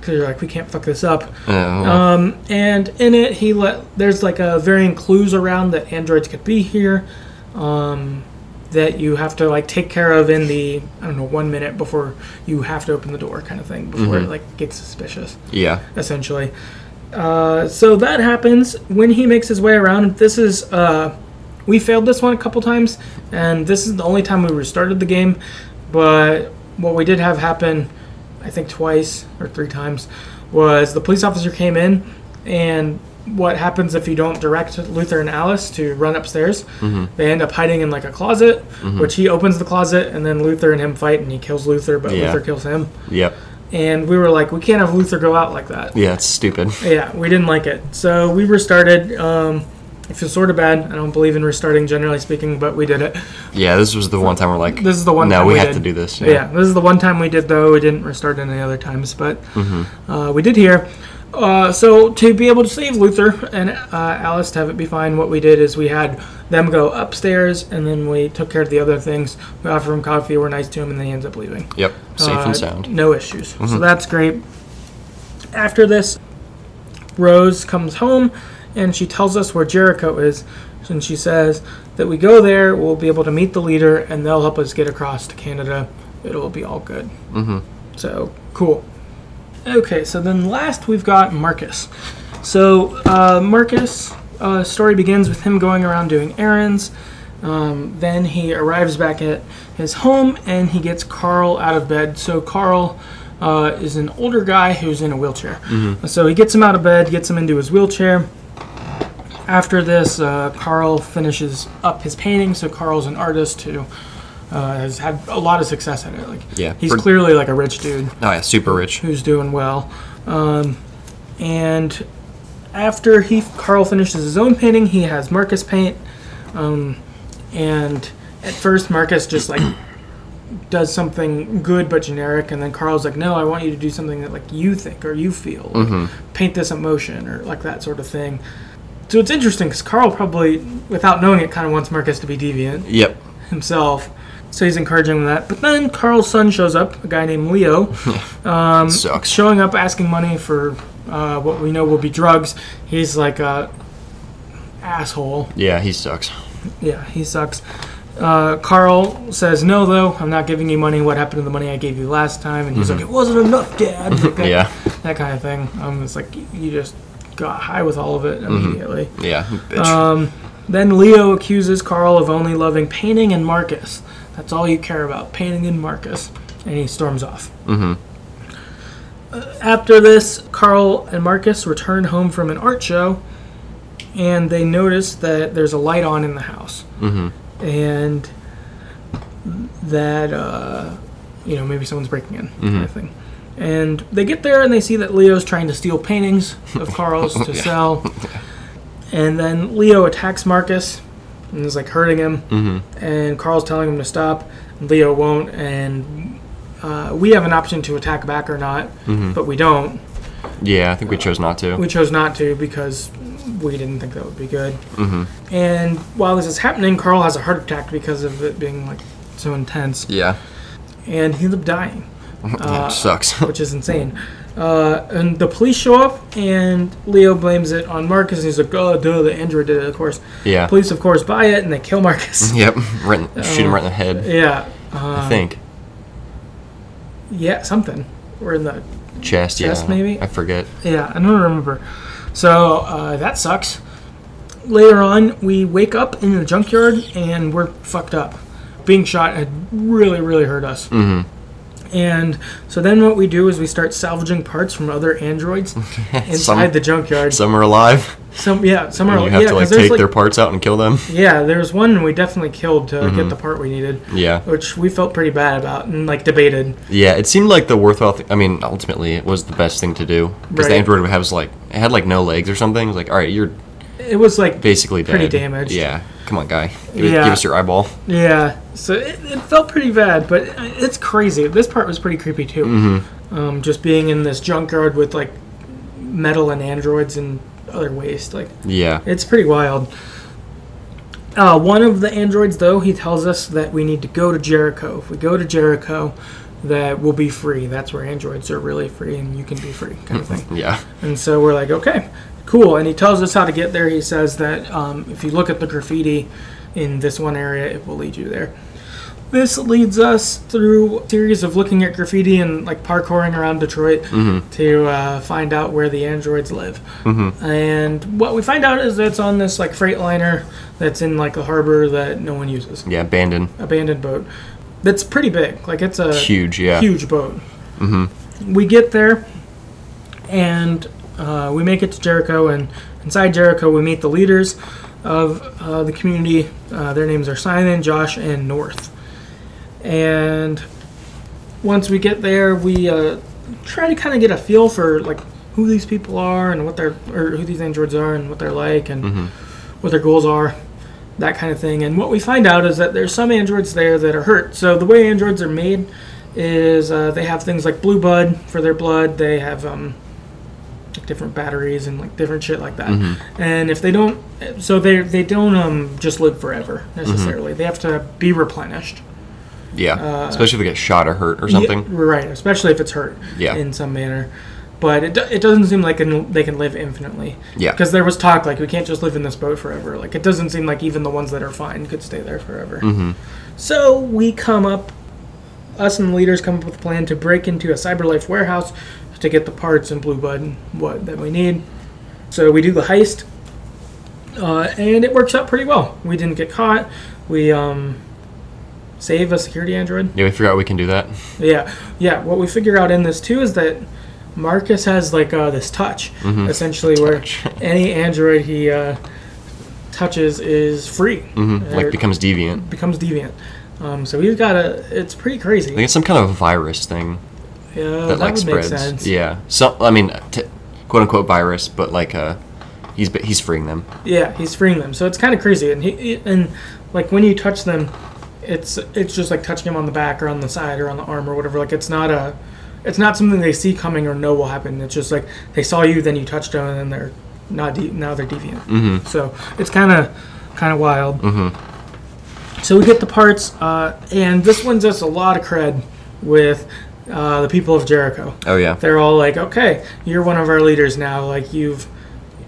S1: because you're like, "We can't fuck this up."
S2: Uh,
S1: Um, and in it, he let there's like a varying clues around that androids could be here, um, that you have to like take care of in the I don't know one minute before you have to open the door kind of thing before it like gets suspicious
S2: yeah.
S1: essentially. Uh, so that happens when he makes his way around. This is uh, we failed this one a couple times, and this is the only time we restarted the game. But what we did have happen, I think twice or three times, was the police officer came in, and what happens if you don't direct Luther and Alice to run upstairs? They end up hiding in like a closet, which he opens the closet, and then Luther and him fight, and he kills Luther, but
S2: Yeah.
S1: Luther kills him.
S2: Yep.
S1: And we were like, we can't have Luther go out like that.
S2: Yeah. It's stupid.
S1: Yeah, we didn't like it. So we restarted. Um, it feels sort of bad. I don't believe in restarting, generally speaking, but we did it.
S2: Yeah. This was the one time we're like.
S1: This is the one
S2: No,
S1: time
S2: we,
S1: we
S2: have
S1: did.
S2: to do this.
S1: Yeah. this is the one time we did, though. We didn't restart any other times, but
S2: Mm-hmm.
S1: uh, we did here. Uh, so to be able to save Luther and uh, Alice to have it be fine, what we did is we had them go upstairs, and then we took care of the other things. We offer him coffee, we're nice to him, and then he ends up leaving.
S2: Yep. Safe
S1: Uh,
S2: and sound. Mm-hmm.
S1: No issues. So that's great. After this, Rose comes home and she tells us where Jericho is. And she says that we go there, we'll be able to meet the leader, and they'll help us get across to Canada. It'll be all good. Mm-hmm. So cool. Okay, so then last we've got Marcus. So uh, Marcus uh, story begins with him going around doing errands. Um, then he arrives back at his home and he gets Carl out of bed. So Carl uh, is an older guy who's in a wheelchair.
S2: Mm-hmm.
S1: So he gets him out of bed, gets him into his wheelchair. After this, uh, Carl finishes up his painting. So Carl's an artist who uh, has had a lot of success in it. Like
S2: Yeah,
S1: he's
S2: for-
S1: clearly like a rich dude
S2: Oh yeah, super rich.
S1: who's doing well. Um, and after he Carl finishes his own painting, he has Marcus paint. Um, and at first, Marcus just like does something good but generic, and then Carl's like, "No, I want you to do something that like you think or you feel, like, paint this emotion or like that sort of thing." So it's interesting because Carl probably, without knowing it, kind of wants Marcus to be deviant
S2: Yep.
S1: himself. So he's encouraging that. But then Carl's son shows up, a guy named Leo, Um,
S2: Sucks.
S1: showing up asking money for uh, what we know will be drugs. He's like a asshole.
S2: Yeah, he sucks.
S1: Yeah, he sucks. Uh, Carl says, "No, though, I'm not giving you money. What happened to the money I gave you last time?" And he's like, "It wasn't enough, Dad." Like that,
S2: Yeah.
S1: that kind of thing. Um, it's like you just got high with all of it immediately.
S2: Yeah, bitch.
S1: Uh, Then Leo accuses Carl of only loving painting and Marcus. That's all you care about, painting and Marcus. And he storms off. Mm-hmm. after this, Carl and Marcus return home from an art show and they notice that there's a light on in the house. Mm-hmm. And that, uh, you know, maybe someone's breaking in, kind of thing. And they get there and they see that Leo's trying to steal paintings of Carl's to
S2: Yeah.
S1: sell. And then Leo attacks Marcus and is like hurting him. Mm-hmm. And Carl's telling him to stop. Leo won't. And uh, we have an option to attack back or not, but we don't.
S2: yeah, I think we chose not to.
S1: We chose not to because we didn't think that would be good. Mm-hmm. And while this is happening, Carl has a heart attack because of it being like so intense.
S2: yeah.
S1: And he ends up dying Uh,
S2: yeah, sucks.
S1: which is insane. Uh, and the police show up, and Leo blames it on Marcus. And he's like, "Oh, duh, the android did it, of course."
S2: Yeah.
S1: Police, of course, buy it, and they kill Marcus.
S2: yep. Right in- shoot him right in the head.
S1: yeah, uh,
S2: I think
S1: yeah, something. We're in the
S2: chest. Yeah.
S1: chest, maybe?
S2: I forget.
S1: yeah. I don't remember. So uh, that sucks. Later on, we wake up in the junkyard, and we're fucked up. Being shot had really, really hurt us. Mm-hmm. And so then what we do is we start salvaging parts from other androids inside the junkyard.
S2: Some are alive.
S1: Some yeah, some are
S2: You have
S1: Oh, yeah,
S2: to like
S1: 'cause there's,
S2: take their parts out and kill them.
S1: yeah. There's one we definitely killed to
S2: Mm-hmm.
S1: get the part we needed,
S2: Yeah.
S1: which we felt pretty bad about and like debated.
S2: Yeah. It seemed like the worthwhile. Th- I mean, ultimately, it was the best thing to do because
S1: Right.
S2: the android has like it had like no legs or something. It was like, all right, you're
S1: It was like
S2: basically dead.
S1: Pretty damaged.
S2: Yeah. Come on, guy. Give,
S1: Yeah.
S2: give us your eyeball.
S1: yeah, so it, it felt pretty bad, but it- it's crazy. This part was pretty creepy too. Um, just being in this junkyard with like metal and androids and other waste, like
S2: Yeah.
S1: It's pretty wild. Uh, one of the androids, though, he tells us that we need to go to Jericho. If we go to Jericho, that we'll be free. That's where androids are really free, and you can be free, kind of thing.
S2: Yeah.
S1: And so we're like, okay, cool. And he tells us how to get there. He says that um, if you look at the graffiti in this one area, it will lead you there. This leads us through a series of looking at graffiti and like parkouring around Detroit to uh, find out where the androids live. And what we find out is that it's on this like freight liner that's in like a harbor that no one uses,
S2: Yeah. Abandoned.
S1: abandoned boat. That's pretty big. Like it's a
S2: Huge. Yeah.
S1: huge boat. We get there, and uh, we make it to Jericho. And inside Jericho, we meet the leaders of uh, the community. Uh, their names are Simon, Josh, and North. And once we get there, we uh, try to kind of get a feel for like who these people are and what their or who these androids are and what they're like and what their goals are that kind of thing. And what we find out is that there's some androids there that are hurt. So the way androids are made is uh, they have things like blue bud for their blood. They have um, like different batteries and like different shit like that. And if they don't, so they they don't um, just live forever necessarily. They have to be replenished.
S2: Yeah. Especially if they get shot or hurt or
S1: Uh, Yeah,
S2: something.
S1: right, especially if it's hurt
S2: Yeah.
S1: in some manner. But it, do- it doesn't seem like an, they can live infinitely.
S2: Yeah.
S1: Because there was talk like we can't just live in this boat forever. Like it doesn't seem like even the ones that are fine could stay there forever.
S2: Mm-hmm.
S1: So we come up, us and the leaders come up with a plan to break into a CyberLife warehouse to get the parts and Blue Bud and what that we need. So we do the heist. uh, and it works out pretty well. We didn't get caught. We um, save a security android.
S2: Yeah, we figure out we can do that.
S1: Yeah, yeah. What we figure out in this too is that Marcus has like uh, this touch,
S2: Mm-hmm.
S1: essentially, where any android he uh, touches is free,
S2: Mm-hmm.
S1: Or
S2: Like becomes deviant.
S1: becomes deviant. Um, so he's got a. It's pretty crazy.
S2: I think it's some kind of a virus thing
S1: yeah,
S2: that,
S1: Oh, that,
S2: like
S1: would
S2: spreads.
S1: make sense.
S2: Yeah. So I mean, t- quote unquote virus, but like uh, he's he's freeing them.
S1: Yeah, he's freeing them. So it's kind of crazy. And he- he and like when you touch them, it's it's just like touching them on the back or on the side or on the arm or whatever. Like it's not a, it's not something they see coming or know will happen. It's just like they saw you, then you touched them, and then they're not de- now they're deviant. Mm-hmm. So it's kind of kind of wild. Mm-hmm. So we get the parts, uh, and this wins us a lot of cred with uh, the people of Jericho
S2: Oh yeah.
S1: they're all like, okay, you're one of our leaders now. Like you've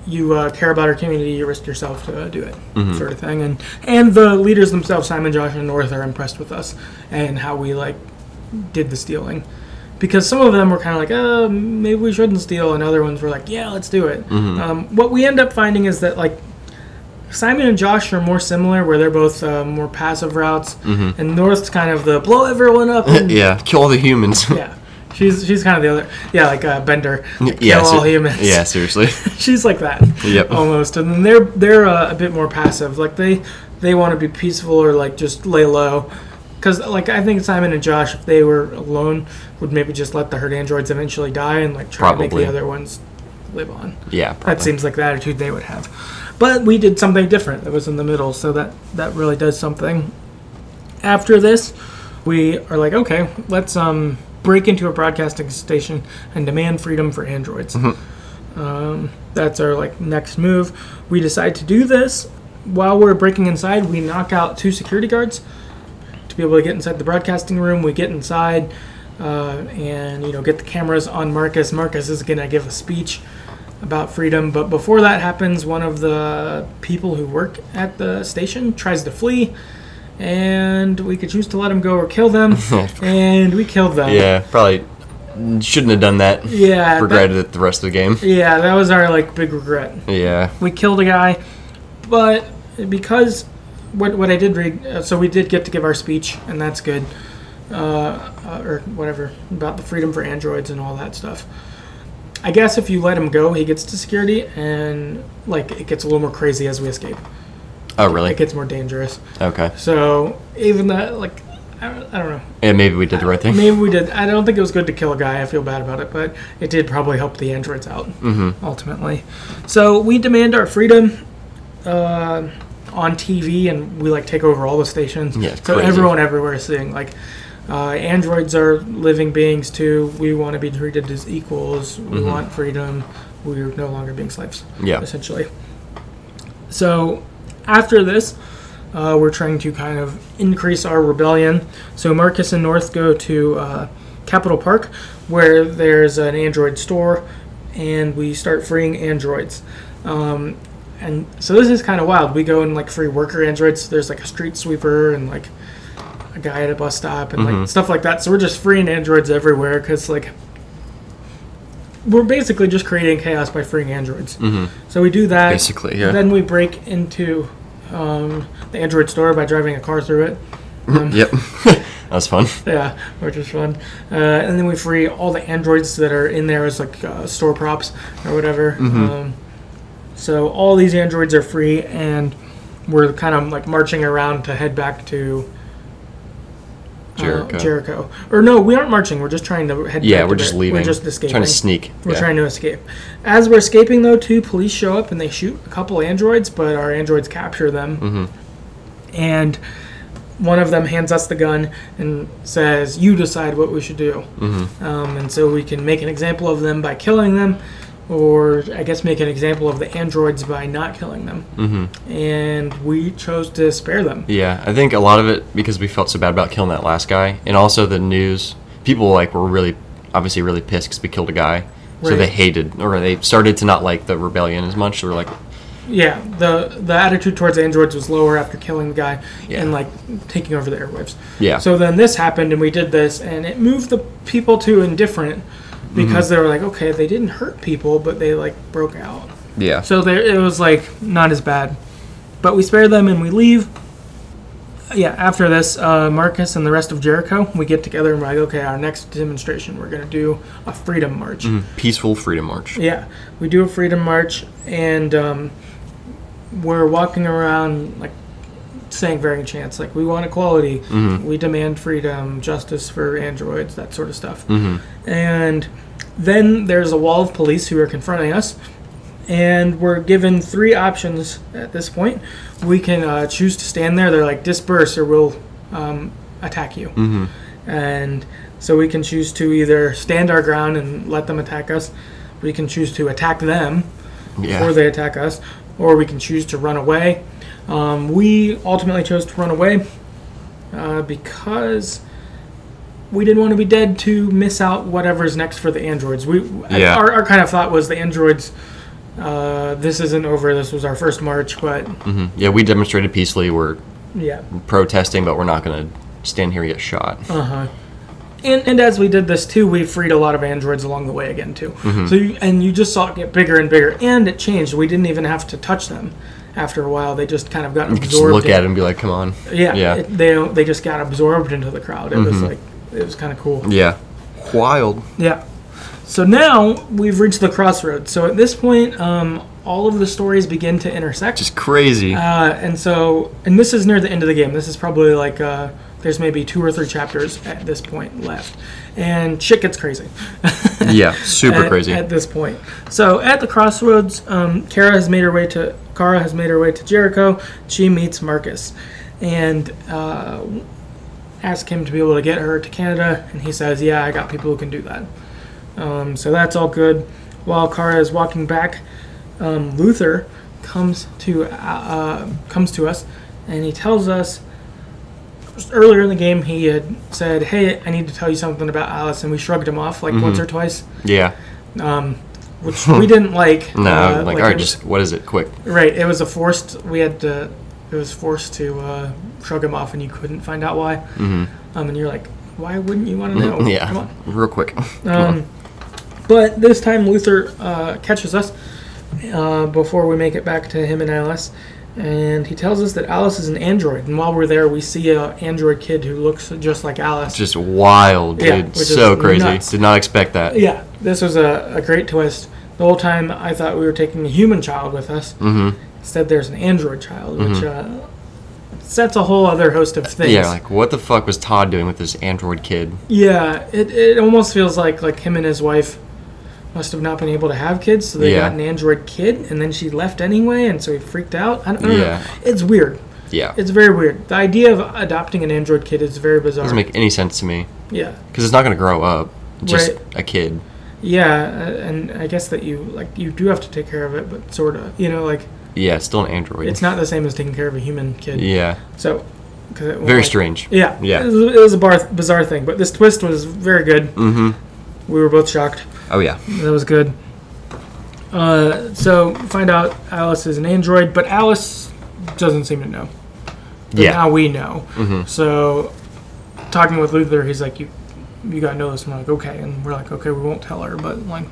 S1: you uh, care about our community, you risk yourself to uh, do it, sort of thing. And and the leaders themselves, Simon, Josh, and North, are impressed with us and how we like did the stealing. Because some of them were kind of like, uh, maybe we shouldn't steal, and other ones were like, yeah, let's do it. Um, what we end up finding is that like Simon and Josh are more similar, where they're both uh, more passive routes, and North's kind of the blow everyone up and
S2: Yeah. Kill all the humans.
S1: yeah, she's she's kind of the other. Yeah, like uh, Bender. Like,
S2: yeah.
S1: kill
S2: ser-
S1: all humans.
S2: Yeah. Seriously.
S1: she's like that.
S2: Yep.
S1: Almost, and then they're they're uh, a bit more passive. Like they they want to be peaceful or like just lay low. Because like I think Simon and Josh, if they were alone, would maybe just let the herd androids eventually die and like try to
S2: Probably.
S1: make the other ones live on.
S2: Yeah.
S1: That
S2: Probably.
S1: seems like the attitude they would have. But we did something different that was in the middle, so that, that really does something. After this, we are like, okay, let's um, break into a broadcasting station and demand freedom for androids. Um, that's our like next move. We decide to do this. While we're breaking inside, we knock out two security guards to be able to get inside the broadcasting room. We get inside uh, and you know get the cameras on Marcus. Marcus is gonna give a speech about freedom, but before that happens, one of the people who work at the station tries to flee, and we could choose to let him go or kill them, and we killed them.
S2: Oh, Yeah. Probably shouldn't have done that.
S1: Yeah,
S2: Regretted it the rest of the game.
S1: That, yeah, that was our like big regret.
S2: Yeah.
S1: we killed a guy, but because what what I did read, uh, so we did get to give our speech, and that's good, uh, uh, or whatever about the freedom for androids and all that stuff. I guess if you let him go, he gets to security, and like it gets a little more crazy as we escape.
S2: Oh
S1: It
S2: really?
S1: gets more dangerous.
S2: Okay.
S1: So even that, like, I don't, I don't know.
S2: Yeah. Maybe we did the right thing.
S1: Maybe we did. I don't think it was good to kill a guy. I feel bad about it, but it did probably help the androids out
S2: Mm-hmm.
S1: ultimately. So we demand our freedom uh, on TV, and we like take over all the stations.
S2: Yeah, it's
S1: so
S2: crazy.
S1: everyone everywhere is seeing like uh, androids are living beings too. We want to be treated as equals. We want freedom. We're no longer being slaves
S2: Yeah.
S1: essentially. So after this, uh, we're trying to kind of increase our rebellion. So Marcus and North go to uh, Capitol Park, where there's an Android store, and we start freeing androids. Um, and so this is kind of wild. We go and like free worker androids. There's like a street sweeper and like a guy at a bus stop and
S2: Mm-hmm.
S1: like stuff like that. So we're just freeing androids everywhere because like we're basically just creating chaos by freeing androids. So we do that.
S2: Mm-hmm. Basically, yeah.
S1: Then we break into um, the android store by driving a car through it.
S2: Yep. that was fun.
S1: Yeah, which is fun. Uh, and then we free all the androids that are in there as like uh, store props or whatever.
S2: Mm-hmm.
S1: Um, so all these androids are free, and we're kind of like marching around to head back to uh,
S2: Jericho.
S1: Jericho. Or no, we aren't marching. We're just trying to head.
S2: Yeah,
S1: back
S2: we're
S1: to
S2: just
S1: Bar-
S2: leaving.
S1: We're just escaping.
S2: Trying to sneak.
S1: We're
S2: yeah.
S1: trying to escape. As we're escaping, though, two police show up and they shoot a couple androids, but our androids capture them. And one of them hands us the gun and says, You decide what we should do. Um, and so we can make an example of them by killing them, or I guess make an example of the androids by not killing them. And we chose to spare them.
S2: Yeah, I think a lot of it because we felt so bad about killing that last guy, and also the news. People like were really, obviously, really pissed because we killed a guy, so
S1: Right.
S2: they hated or they started to not like the rebellion as much. So we're like,
S1: Yeah, the the attitude towards androids was lower after killing the guy
S2: Yeah.
S1: and like taking over the airwaves.
S2: Yeah.
S1: So then this happened, and we did this, and it moved the
S2: Mm-hmm.
S1: people to indifferent because they were like, okay, they didn't hurt people, but they like broke out.
S2: Yeah.
S1: So there, it was like not as bad. But we spare them and we leave. Yeah, after this, uh, Marcus and the rest of Jericho, we get together and we're like, okay, our next demonstration, we're going to do a freedom march.
S2: Peaceful Freedom March.
S1: Yeah, we do a freedom march, and um, we're walking around like saying varying chants, like we want equality, we demand freedom, justice for androids, that sort of stuff. And then there's a wall of police who are confronting us, and we're given three options at this point. We can uh, choose to stand there. They're like disperse, or we'll um, attack you and so we can choose to either stand our ground and let them attack us we can choose to attack them
S2: Yeah.
S1: before they attack us or we can choose to run away um, we ultimately chose to run away uh, because we didn't want to be dead to miss out whatever's next for the androids we
S2: Yeah.
S1: our, our kind of thought was the androids uh, this isn't over this was our first march but
S2: yeah, we demonstrated peacefully. We're
S1: yeah
S2: protesting, but we're not going to stand here and get shot.
S1: Uh-huh. And, and as we did this too, we freed a lot of androids along the way again too.
S2: Mm-hmm.
S1: So you, and you just saw it get bigger and bigger, and it changed. We didn't even have to touch them. After a while, they just kind of got absorbed.
S2: Just look
S1: in-
S2: at it and be like, come on.
S1: Yeah,
S2: Yeah. Mm-hmm.
S1: it- they they just got absorbed into the crowd. It was like it was kind of cool.
S2: Yeah. Wild.
S1: Yeah. So now we've reached the crossroads. So at this point, um, all of the stories begin to intersect.
S2: Just crazy.
S1: Uh, and so, and this is near the end of the game. This is probably like uh, there's maybe two or three chapters at this point left, and shit gets crazy.
S2: yeah. Super
S1: at,
S2: crazy.
S1: at this point. So at the crossroads, um, Kara has made her way to Kara has made her way to Jericho. She meets Marcus, and uh, asks him to be able to get her to Canada, and he says, "Yeah, I got people who can do that." Um, so that's all good. While Kara is walking back, um, Luther comes to uh, uh, comes to us, and he tells us earlier in the game he had said, "Hey, I need to tell you something about Alice," and we shrugged him off like
S2: Mm-hmm.
S1: once or twice
S2: yeah.
S1: which we didn't like.
S2: No,
S1: uh,
S2: like,
S1: it
S2: all right,
S1: was-
S2: just what is it? Quick.
S1: right. It was a forced. We had to. It was forced to uh, shrug him off, and you couldn't find out why. Um, and you're like, why wouldn't you want to know? Oh, Come
S2: Mm-hmm. Yeah.
S1: on. Um,
S2: Real quick.
S1: But this time Luther uh, catches us uh, before we make it back to him and Alice, and he tells us that Alice is an android. And while we're there, we see a android kid who looks just like Alice.
S2: just wild,
S1: Yeah,
S2: dude.
S1: which is
S2: So crazy.
S1: nuts.
S2: Did not expect that.
S1: Yeah, this was a, a great twist. The whole time I thought we were taking a human child with us. Mm-hmm. Instead, there's an android child, which uh, sets a whole other host of things.
S2: Mm-hmm. Yeah, like what the fuck was Todd doing with this android kid?
S1: Yeah, it, it almost feels like like him and his wife must have not been able to have kids, so they
S2: Yeah.
S1: got an android kid, and then she left anyway, and so he freaked out. I don't, I don't
S2: Yeah.
S1: know. It's weird.
S2: Yeah. It
S1: It's very weird. The idea of adopting an android kid is very bizarre.
S2: doesn't make any sense to me
S1: yeah.
S2: because it's not going to grow up. Just
S1: Right.
S2: a kid.
S1: Yeah, uh, and I guess that you like you do have to take care of it, but sort of, you know, like
S2: Yeah, it's still an android.
S1: it's not the same as taking care of a human kid.
S2: yeah.
S1: So, 'cause it was
S2: Very
S1: like-
S2: strange.
S1: Yeah.
S2: Yeah.
S1: It was, it was a bar- bizarre thing, but this twist was very good. Mm-hmm. We were both shocked.
S2: Oh yeah.
S1: That was good. Uh, so find out Alice is an android, but Alice doesn't seem to know. But
S2: Yeah. Mm-hmm.
S1: Now we know. So talking with Luther, he's like, "You, you gotta know this." And we're like, "Okay," and we're like, "Okay, we won't tell her," but like.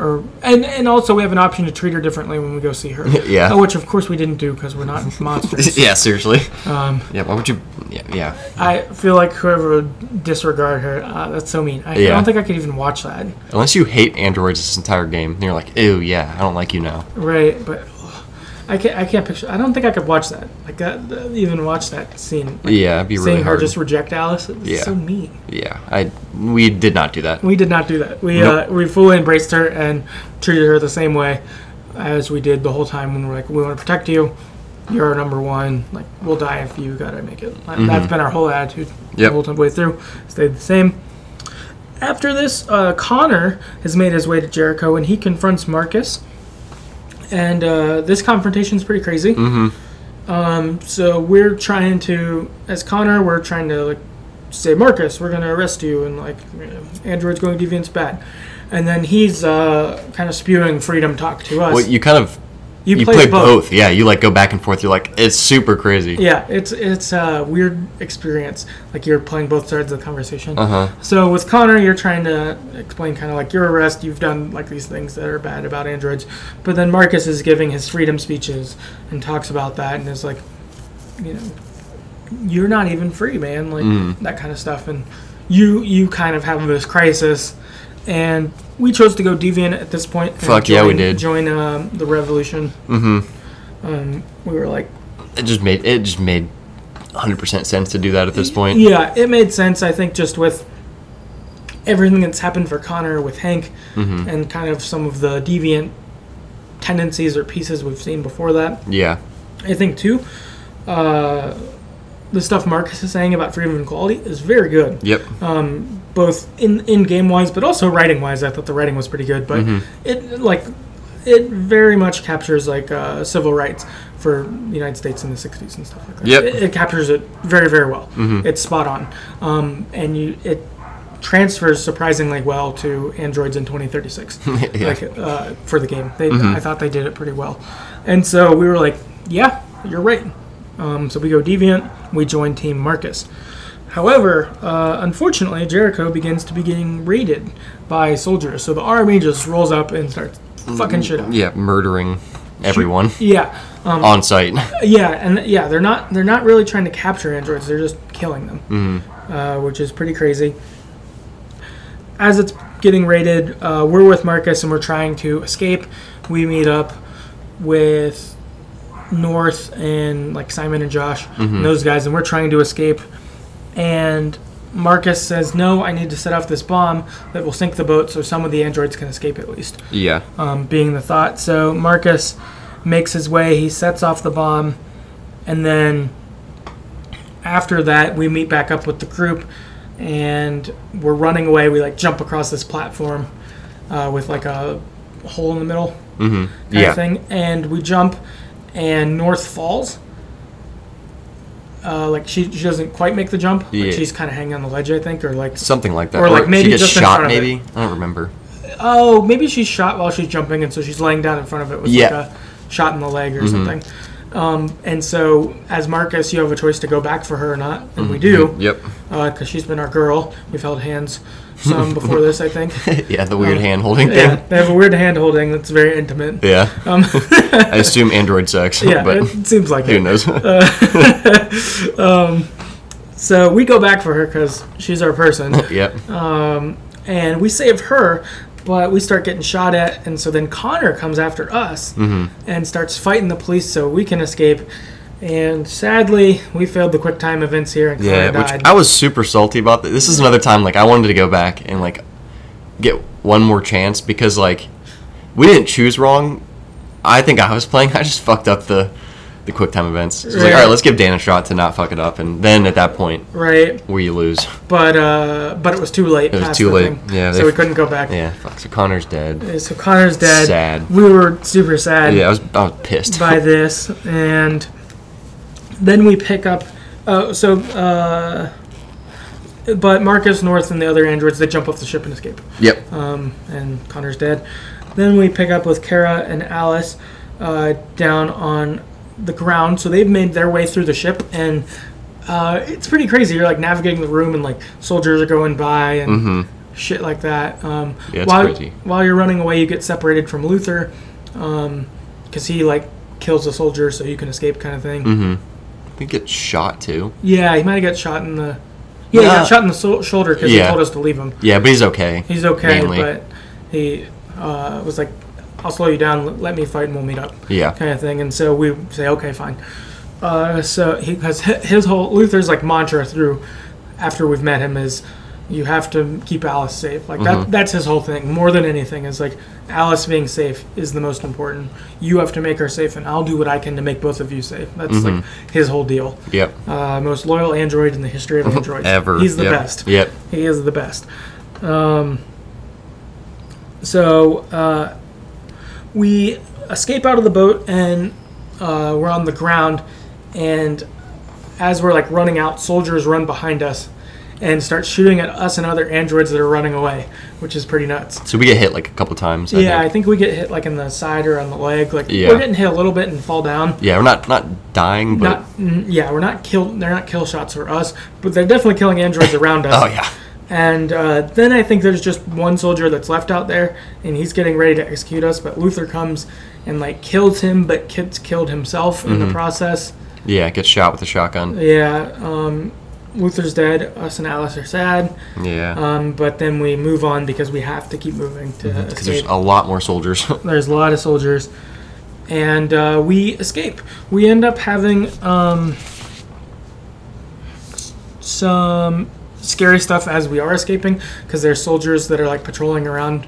S1: Or, and, and also we have an option to treat her differently when we go see her.
S2: Yeah.
S1: Uh, which of course we didn't do because we're not monsters.
S2: yeah. Seriously.
S1: Um,
S2: yeah. Why would you? Yeah. Yeah.
S1: I feel like whoever would disregard her, uh, that's so mean. I
S2: Yeah.
S1: don't think I could even watch that.
S2: Unless you hate androids this entire game, then you're like, ew, yeah, I don't like you now.
S1: Right, but ugh, I can't. I can't picture. I don't think I could watch that. Like that, that- even watch that scene. Like,
S2: Yeah, it'd be
S1: seeing
S2: really
S1: her
S2: hard.
S1: just reject Alice. It's
S2: Yeah.
S1: so mean.
S2: yeah. I we did not do that.
S1: We did not do that. We
S2: Nope.
S1: uh, we fully embraced her and treated her the same way as we did the whole time. When we're like, we want to protect you. You're our number one. Like we'll die if you gotta make it. Like, That's been our whole attitude
S2: Mm-hmm. Yep.
S1: the whole time way through. Stayed the same. After this, uh, Connor has made his way to Jericho and he confronts Marcus. And uh, this confrontation is pretty crazy. Um, so we're trying to, as Connor, we're trying to like say, Marcus, we're gonna arrest you, and like you know, Android's going deviant's bad. And then he's uh, kind of spewing freedom talk to us.
S2: Well, you kind of
S1: You,
S2: You
S1: play,
S2: play
S1: both.
S2: both. Yeah, you like go back and forth. You're like, it's super crazy.
S1: Yeah, it's it's a weird experience. Like you're playing both sides of the conversation.
S2: Uh-huh.
S1: So with Connor, you're trying to explain kind of like your arrest. You've done like these things that are bad about androids, but then Marcus is giving his freedom speeches and talks about that and is like, you know, you're not even free, man. Like
S2: Mm.
S1: that kind of stuff. And you you kind of have this crisis, and we chose to go deviant at this point. and
S2: Fuck, yeah, we
S1: join-
S2: did.
S1: Join um, the revolution. Mm-hmm. Um, we were like,
S2: It just made it just made 100% sense to do that at this point.
S1: Yeah, it made sense. I think just with everything that's happened for Connor with Hank, and kind of some of the deviant tendencies or pieces we've seen before that.
S2: Yeah.
S1: I think too, uh, the stuff Marcus is saying about freedom and equality is very good,
S2: Yep.
S1: both in in game wise, but also writing wise. I thought the writing was pretty good, but it like it very much captures like uh, civil rights for the United States in the 60s and stuff like that.
S2: Yep.
S1: It, it captures it very very well. It's spot on, um, and you it transfers surprisingly well to androids in 2036
S2: Yeah.
S1: like uh, for the game they, i thought they did it pretty well and so we were like yeah you're right um, so we go deviant we join team marcus however uh, unfortunately jericho begins to be getting raided by soldiers so the army just rolls up and starts fucking shit up
S2: yeah, murdering everyone
S1: yeah
S2: on site.
S1: yeah, and yeah, they're not they're not really trying to capture androids. They're just killing them, uh, which is pretty crazy. As it's getting raided, uh, we're with Marcus and we're trying to escape. We meet up with North and like Simon and Josh, and those guys, and we're trying to escape. And Marcus says, "No, I need to set off this bomb that will sink the boat, so some of the androids can escape at least."
S2: Yeah.
S1: um, being the thought. So Marcus makes his way, he sets off the bomb, and then after that, we meet back up with the group and we're running away. We like jump across this platform uh, with like a hole in the middle kind
S2: Yeah.
S1: of thing, and we jump, and North falls. Uh, like she, she doesn't quite make the jump. Like
S2: Yeah.
S1: she's kind of hanging on the ledge, I think, or like
S2: Something like that.
S1: Or, like, maybe
S2: she gets
S1: just in
S2: shot
S1: front of it.
S2: maybe. I don't remember.
S1: Oh, maybe she's shot while she's jumping, and so she's laying down in front of it with
S2: Yeah. Mm-hmm.
S1: like a shot in the leg or something. Um, and so, as Marcus, you have a choice to go back for her or not, and
S2: Mm-hmm.
S1: we do
S2: Yep.
S1: because she's been our girl. We've held hands some before this, I think.
S2: yeah, the weird hand holding
S1: Um, Yeah,
S2: thing.
S1: they have a weird hand holding that's very intimate.
S2: Yeah. I assume Android sex,
S1: Um, Yeah,
S2: but
S1: it Uh, seems like
S2: who
S1: it.
S2: knows?
S1: So we go back for her because she's our person.
S2: yep.
S1: oh and we save her but we start getting shot at and so then connor comes after us
S2: Mm-hmm.
S1: and starts fighting the police so we can escape and sadly we failed the quick time events here and connor
S2: Yeah,
S1: died
S2: which I was super salty about. Th- This is another time like I wanted to go back and like get one more chance because like we didn't choose wrong. I think I was playing. I just fucked up the the quick time events. So I was like,
S1: Yeah.
S2: all right, let's give Dan a shot to not fuck it up, and then at that point
S1: right
S2: we lose.
S1: but uh but it was too late
S2: was
S1: past
S2: too
S1: the
S2: late.
S1: thing.
S2: Yeah,
S1: so
S2: they-
S1: we couldn't go back
S2: Yeah, fuck. So Connor's dead.
S1: so connor's dead
S2: Sad.
S1: we were super sad
S2: Yeah, I was I was pissed.
S1: by this, and then we pick up. Uh, so, uh, but Marcus North and the other androids they jump off the ship and escape.
S2: Yep.
S1: Um, and Connor's dead. Then we pick up with Kara and Alice uh, down on the ground. So they've made their way through the ship, and uh, it's pretty crazy. You're like navigating the room, and like soldiers are going by, and shit like that. Um,
S2: Mm-hmm. Yeah, it's
S1: while,
S2: crazy.
S1: While you're running away, you get separated from Luther because he like kills a soldier, so you can escape, kind of thing.
S2: Mm-hmm. We get shot too.
S1: Yeah, he might have got shot in the. Yeah, he
S2: Yeah.
S1: got shot in the so- shoulder because he
S2: Ah. Yeah.
S1: told us to leave him.
S2: Yeah, but he's okay.
S1: He's okay,
S2: Mainly.
S1: but he uh, was like, "I'll slow you down. l- Let me fight, and we'll meet up,"
S2: yeah.
S1: kind of thing. And so we say, "Okay, fine." Uh, so he has his whole Luther's like mantra through after we've met him is, "You have to keep Alice safe." Like
S2: Mm-hmm.
S1: that. That's his whole thing. More than anything, is like Alice being safe is the most important. You have to make her safe, and I'll do what I can to make both of you safe. That's
S2: Mm-hmm.
S1: like his whole deal.
S2: Yep.
S1: Uh, most loyal android in the history of androids.
S2: Ever.
S1: He's the
S2: Yep.
S1: best.
S2: Yep.
S1: He is the best. Um, so uh, we escape out of the boat and uh, we're on the ground. And as we're like running out, soldiers run behind us and starts shooting at us and other androids that are running away, which is pretty nuts.
S2: So we get hit like a couple times. I
S1: yeah, I
S2: think.
S1: think we get hit like in the side or on the leg. Like
S2: Yeah.
S1: we're getting hit a little bit and fall down.
S2: yeah. We're not not dying, but
S1: Not, mm, yeah, we're not killed. They're not kill shots for us, but they're definitely killing androids around us.
S2: oh yeah,
S1: And uh, then I think there's just one soldier that's left out there, and he's getting ready to execute us. But Luther comes and like kills him, but gets killed himself in the process.
S2: yeah. Get shot with a shotgun.
S1: Yeah, um, Luther's dead. Us and Alice are sad.
S2: Yeah.
S1: Um, but then we move on because we have to keep moving to
S2: Because
S1: escape.
S2: there's a lot more soldiers.
S1: There's a lot of soldiers, and uh, we escape. We end up having um, s- some scary stuff as we are escaping because there's soldiers that are like patrolling around,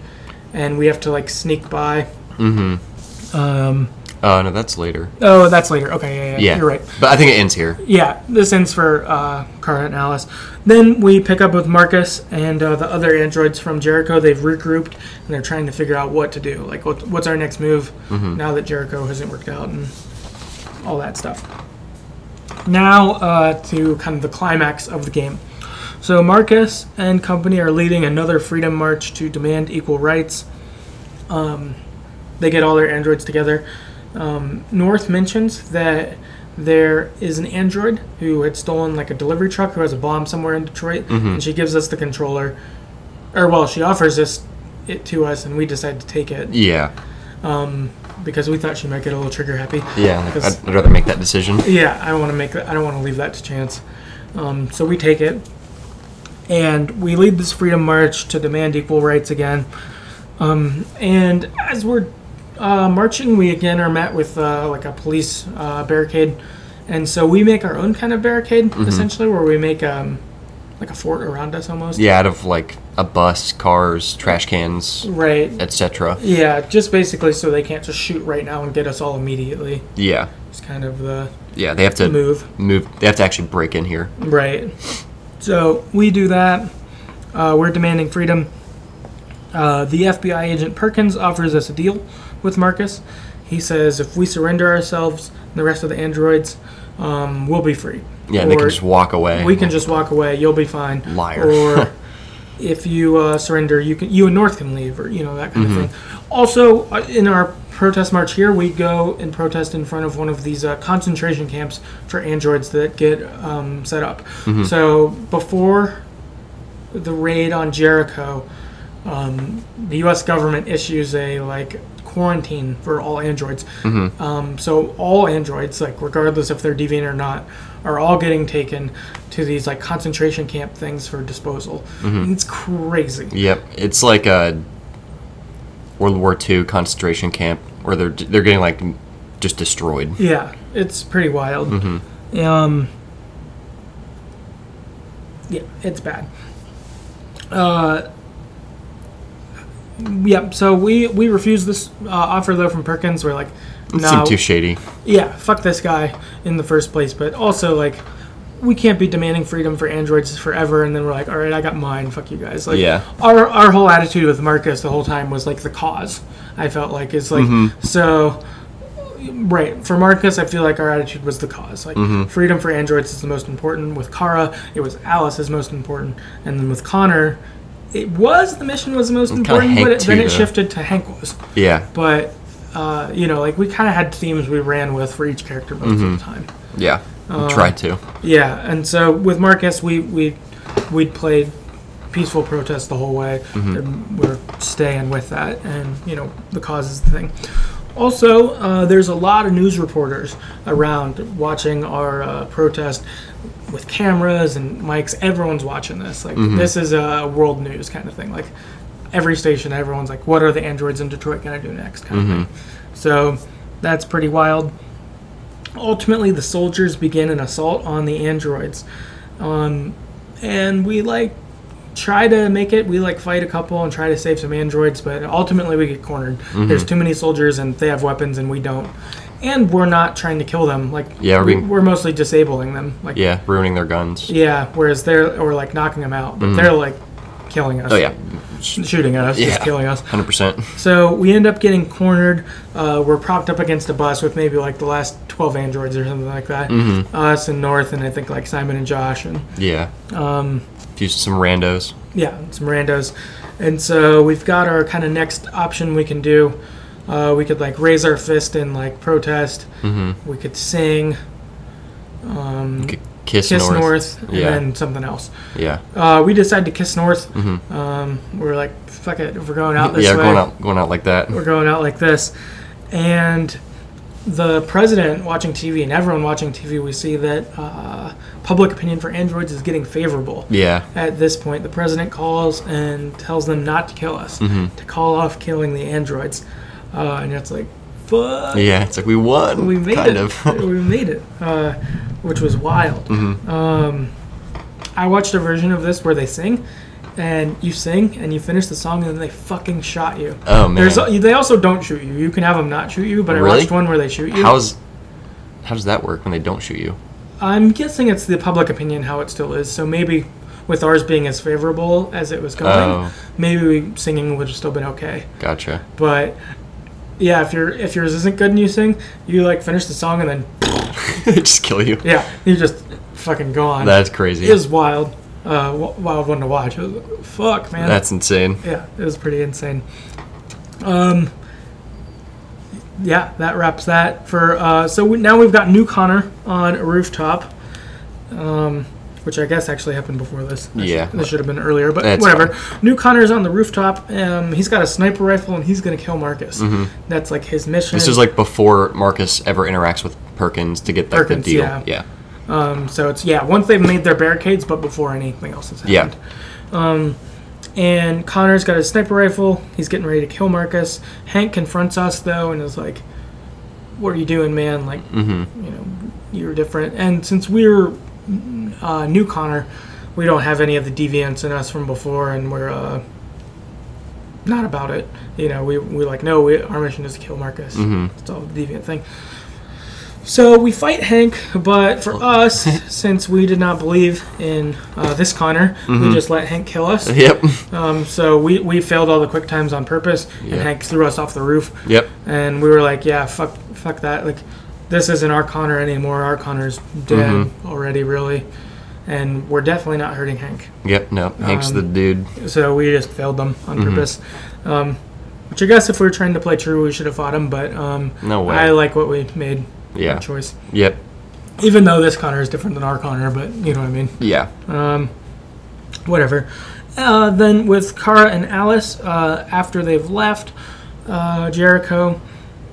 S1: and we have to like sneak by. Mm-hmm. Um,
S2: Oh no, that's later.
S1: oh, that's later. Okay, yeah, yeah,
S2: Yeah.
S1: you're right.
S2: But I think it ends here.
S1: Yeah, this ends for uh, Kara and Alice. Then we pick up with Marcus and uh, the other androids from Jericho. They've regrouped and they're trying to figure out what to do. Like, what, what's our next move now that Jericho hasn't worked out and all that stuff. Now uh, to kind of the climax of the game. So Marcus and company are leading another freedom march to demand equal rights. Um, they get all their androids together. Um, North mentions that there is an android who had stolen like a delivery truck who has a bomb somewhere in Detroit,
S2: Mm-hmm.
S1: and she gives us the controller, or well, she offers us it to us, and we decide to take it
S2: Yeah.
S1: because we thought she might get a little trigger happy.
S2: Yeah. like,
S1: Because-
S2: I'd, I'd rather make that decision.
S1: yeah, I want to make that. I don't want to leave that to chance. Um, so we take it, and we lead this freedom march to demand equal rights again. Um, and as we're uh, marching, we again are met with uh, like a police uh, barricade, and so we make our own kind of barricade essentially, where we make um, like a fort around us almost.
S2: Yeah. Out of like a bus, cars, trash cans,
S1: Right.
S2: etc.
S1: Yeah, just basically so they can't just shoot right now and get us all immediately.
S2: Yeah.
S1: It's kind of the
S2: Yeah. They have to
S1: move.
S2: move. They have to actually break in here.
S1: Right. So we do that. Uh, we're demanding freedom. Uh, the FBI agent Perkins offers us a deal with Marcus. He says if we surrender ourselves and the rest of the androids, um, we'll be free.
S2: Yeah. and they
S1: Or
S2: can just walk away.
S1: we can just walk away. You'll be fine.
S2: Liar.
S1: Or if you uh, surrender, you can you and North can leave, or you know that kind of thing. Also, uh, in our protest march here, we go and protest in front of one of these uh, concentration camps for androids that get um, set up. So before the raid on Jericho, um, the U.S. government issues a like quarantine for all androids.
S2: Mm-hmm.
S1: Um, so all androids, like regardless if they're deviant or not, are all getting taken to these like concentration camp things for disposal.
S2: Mm-hmm.
S1: It's crazy.
S2: Yep, it's like a World War II concentration camp where they're they're getting like just destroyed.
S1: Yeah, it's pretty wild.
S2: Mm-hmm.
S1: Um, yeah, it's bad. Uh, yeah, so we we refuse this uh, offer though from Perkins. We're like,
S2: It
S1: no,
S2: seemed too shady.
S1: yeah, fuck this guy in the first place. But also like, we can't be demanding freedom for androids forever. And then we're like, all right, I got mine. Fuck you guys. Like,
S2: Yeah.
S1: Our our whole attitude with Marcus the whole time was like the cause. I felt like it's like
S2: Mm-hmm.
S1: so. Right. For Marcus, I feel like our attitude was the cause. Like,
S2: Mm-hmm.
S1: freedom for androids is the most important. With Kara, it was Alice is most important. And then with Connor, it was the mission was the most important,
S2: Hank
S1: but it,
S2: too,
S1: then it
S2: though.
S1: shifted to Hank was
S2: Yeah,
S1: but uh, you know, like we kind of had themes we ran with for each character most of the time.
S2: yeah.
S1: Uh.
S2: Try to.
S1: Yeah, and so with Marcus, we we we'd played peaceful protest the whole way. And we're staying with that, and you know, the cause is the thing. Also, uh, there's a lot of news reporters around watching our uh, protest with cameras and mics. Everyone's watching this. Like this is a world news kind of thing. Like every station, everyone's like, "What are the androids in Detroit gonna do next?" kind
S2: Mm-hmm.
S1: of thing. So that's pretty wild. Ultimately, the soldiers begin an assault on the androids, um, and we like try to make it. We like fight a couple and try to save some androids, but ultimately we get cornered.
S2: Mm-hmm.
S1: There's too many soldiers, and they have weapons, and we don't. And we're not trying to kill them. Like
S2: Yeah, we're
S1: we-
S2: being-
S1: we're mostly disabling them. Like
S2: Yeah, ruining their guns.
S1: yeah, whereas they're or like knocking them out, but they're like killing us.
S2: Mm-hmm. Oh yeah,
S1: Shooting at us, just
S2: Yeah.
S1: killing us.
S2: hundred percent.
S1: So we end up getting cornered. Uh, we're propped up against a bus with maybe like the last 12 androids or something like that.
S2: Mm-hmm.
S1: Us and North, and I think like Simon and Josh, and
S2: Yeah. Um, Just some randos.
S1: yeah, some randos. And so we've got our kind of next option we can do. Uh, we could like raise our fist and like protest.
S2: Mm-hmm.
S1: We could sing,
S2: K- Kiss,
S1: Mm-hmm. kiss
S2: north.
S1: North, and
S2: Yeah.
S1: then something else.
S2: Yeah.
S1: Uh, we decide to kiss North. Um, we're like, fuck it, if we're going out this
S2: Mm-hmm. yeah.
S1: way.
S2: Going out. Going out like that.
S1: we're going out like this. And the president watching TV and everyone watching TV, we see that uh, public opinion for androids is getting favorable.
S2: Yeah.
S1: At this point, the president calls and tells them not to kill us,
S2: Mm-hmm.
S1: to call off killing the androids. Uh, and it's like, fuck
S2: Yeah. It's like we won.
S1: we made it.
S2: kind of.
S1: we made it, uh, which was wild.
S2: Mm-hmm.
S1: Um, I watched a version of this where they sing, and you sing and you finish the song, and then they fucking shot you.
S2: Oh, man.
S1: There's, they also don't shoot you. You can have them not shoot you, but I
S2: Really?
S1: watched one where they shoot you.
S2: How's how does that work when they don't shoot you?
S1: I'm guessing it's the public opinion how it still is. So maybe with ours being as favorable as it was going,
S2: Oh.
S1: maybe we, singing would have still been okay.
S2: Gotcha.
S1: But yeah, if your if yours isn't good and you sing, you like finish the song and then
S2: They just kill you.
S1: yeah, you just fucking gone.
S2: That's crazy.
S1: It was wild. Uh, w- wild one to watch. It was, fuck, man.
S2: That's insane.
S1: yeah, it was pretty insane. Um, yeah, that wraps that for. Uh, so we, now we've got New Connor on a rooftop, um, which I guess actually happened before this. This-
S2: Yeah.
S1: this should have been earlier, but
S2: That's
S1: whatever. New Connor's on the rooftop. Um, he's got a sniper rifle and he's gonna kill Marcus. That's like his mission.
S2: Mm-hmm. This is like before Marcus ever interacts with Perkins to get like
S1: Perkins,
S2: the deal.
S1: yeah.
S2: yeah.
S1: So it's yeah, once they've made their barricades, but before anything else has happened.
S2: Yeah.
S1: And Connor's got his sniper rifle. He's getting ready to kill Marcus. Hank confronts us though and is like, "What are you doing, man? Like, you know, you're different." And since we're uh, new Connor, we don't have any of the deviance in us from before, and we're uh, not about it. You know, we we like no, we, our mission is to kill Marcus. It's all the deviant thing. So we fight Hank, but for us, since we did not believe in uh, this Connor, we just let Hank kill us.
S2: Yep.
S1: Um, so we, we failed all the quick times on purpose,
S2: Yeah.
S1: and Hank threw us off the roof.
S2: Yep.
S1: And we were like, yeah, fuck, fuck that. Like, this isn't our Connor anymore. Our Connor's dead
S2: Mm-hmm.
S1: already, really, and we're definitely not hurting Hank.
S2: Yep. No. Hank's the
S1: Um,
S2: dude.
S1: So we just failed them on
S2: Mm-hmm.
S1: purpose. Um, which I guess if we were trying to play true, we should have fought him. But um,
S2: No way.
S1: I like what we made. our
S2: Yeah.
S1: choice.
S2: Yep.
S1: Even though this Connor is different than our Connor, but you know what I mean.
S2: Yeah.
S1: whatever. Uh, then with Kara and Alice, uh, after they've left uh, Jericho,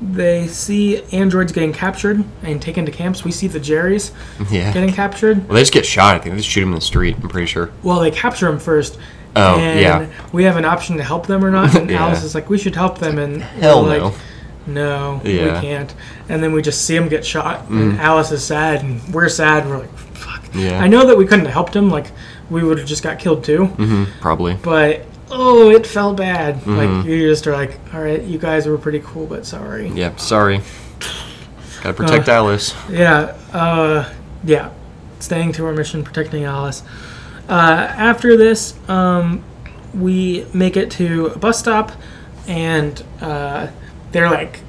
S1: they see androids getting captured and taken to camps. We see the Jerrys
S2: Yeah.
S1: getting captured.
S2: Well, they just get shot. I think they just shoot him in the street. I'm pretty sure.
S1: Well, they capture them first.
S2: Oh,
S1: and
S2: yeah.
S1: We have an option to help them or not. And
S2: Yeah.
S1: Alice is like, we should help them. And
S2: Hell
S1: we're
S2: no.
S1: like, no,
S2: Yeah. Mm.
S1: we can't. And then we just see him get shot. And Alice is sad, and we're sad. And we're like, fuck.
S2: Yeah.
S1: I know that we couldn't have helped him. Like, we would have just got killed too.
S2: Probably.
S1: but oh, it felt bad. Like you just are like, all right, you guys were pretty cool, but sorry.
S2: Yep. Sorry. Gotta
S1: Uh,
S2: protect Alice.
S1: Yeah, uh, yeah. Staying to our mission, protecting Alice. Uh, after this, um, we make it to a bus stop, and uh, they're like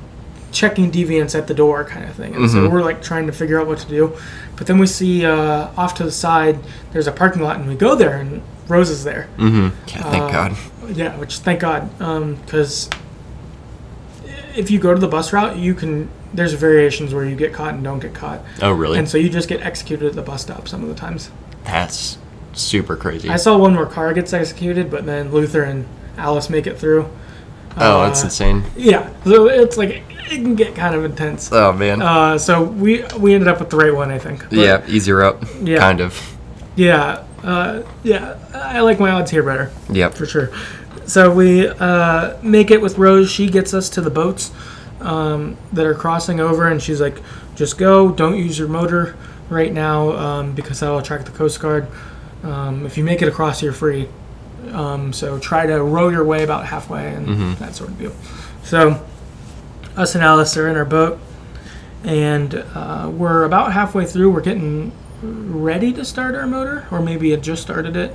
S1: checking deviants at the door, kind of thing. And so we're like trying to figure out what to do. But then we see uh, off to the side, there's a parking lot, and we go there, and Rose is there.
S2: Yeah. Thank
S1: uh,
S2: God.
S1: Yeah, which thank God, because if you go to the bus route, you can. There's variations where you get caught and don't get caught,
S2: Oh really?
S1: and so you just get executed at the bus stop some of the times.
S2: That's super crazy.
S1: I saw one where Carr gets executed, but then Luther and Alice make it through.
S2: oh, that's
S1: uh,
S2: insane.
S1: Yeah, so it's like it can get kind of intense.
S2: Oh man.
S1: Uh, so we we ended up with the right one, I think. But
S2: yeah. Easier up.
S1: Yeah.
S2: Kind of.
S1: yeah, uh, yeah. I like my odds here better.
S2: Yep.
S1: for sure. So we uh, make it with Rose. She gets us to the boats um, that are crossing over, and she's like, "Just go. Don't use your motor right now um, because that'll attract the Coast Guard. Um, if you make it across, you're free. Um, so try to row your way about halfway and that sort of deal." So us and Alice are in our boat, and uh, we're about halfway through. We're getting ready to start our motor, or maybe it just started it.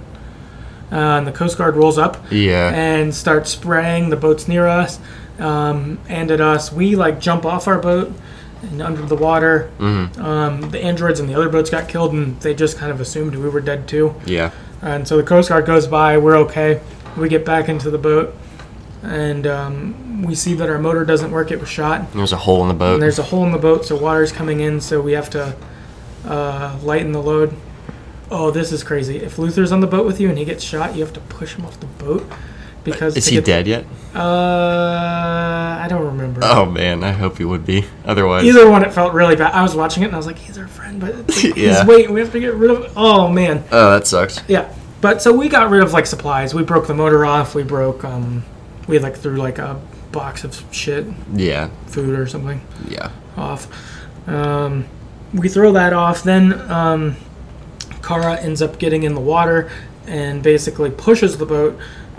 S1: uh, and the Coast Guard rolls up
S2: Yeah.
S1: and starts spraying the boats near us um, and at us. We like jump off our boat and under the water.
S2: Mm-hmm.
S1: Um, the androids and the other boats got killed, and they just kind of assumed we were dead too.
S2: Yeah.
S1: And so the Coast Guard goes by, we're okay. We get back into the boat, and um, we see that our motor doesn't work. It was shot.
S2: There's a hole in the boat.
S1: And there's a hole in the boat, so water's coming in, so we have to uh, lighten the load. Oh, this is crazy. If Luther's on the boat with you and he gets shot, you have to push him off the boat. Because
S2: Uh, Is
S1: to
S2: he
S1: get-
S2: dead yet?
S1: Uh, I don't remember.
S2: Oh man, I hope he would be. Otherwise,
S1: Either one, it felt really bad. I was watching it and I was like, he's our friend, but it's like,
S2: Yeah.
S1: he's waiting. We have to get rid of. Oh man,
S2: oh, that sucks.
S1: yeah. But so we got rid of like supplies. We broke the motor off. We broke. Um, we like threw like a box of shit,
S2: Yeah.
S1: food or something.
S2: Yeah.
S1: off. Um, we throw that off. Then um, Kara ends up getting in the water and basically pushes the boat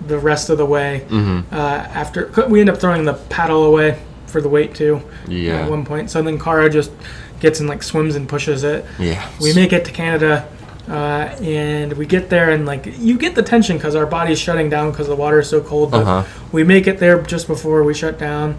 S1: the rest of the way. Uh, after we end up throwing the paddle away for the weight too.
S2: Yeah.
S1: At one point, so then Kara just gets and like swims and pushes it.
S2: Yeah.
S1: We make it to Canada. Uh, and we get there, and like you get the tension because our body's shutting down because the water is so cold. But
S2: Uh-huh.
S1: we make it there just before we shut down.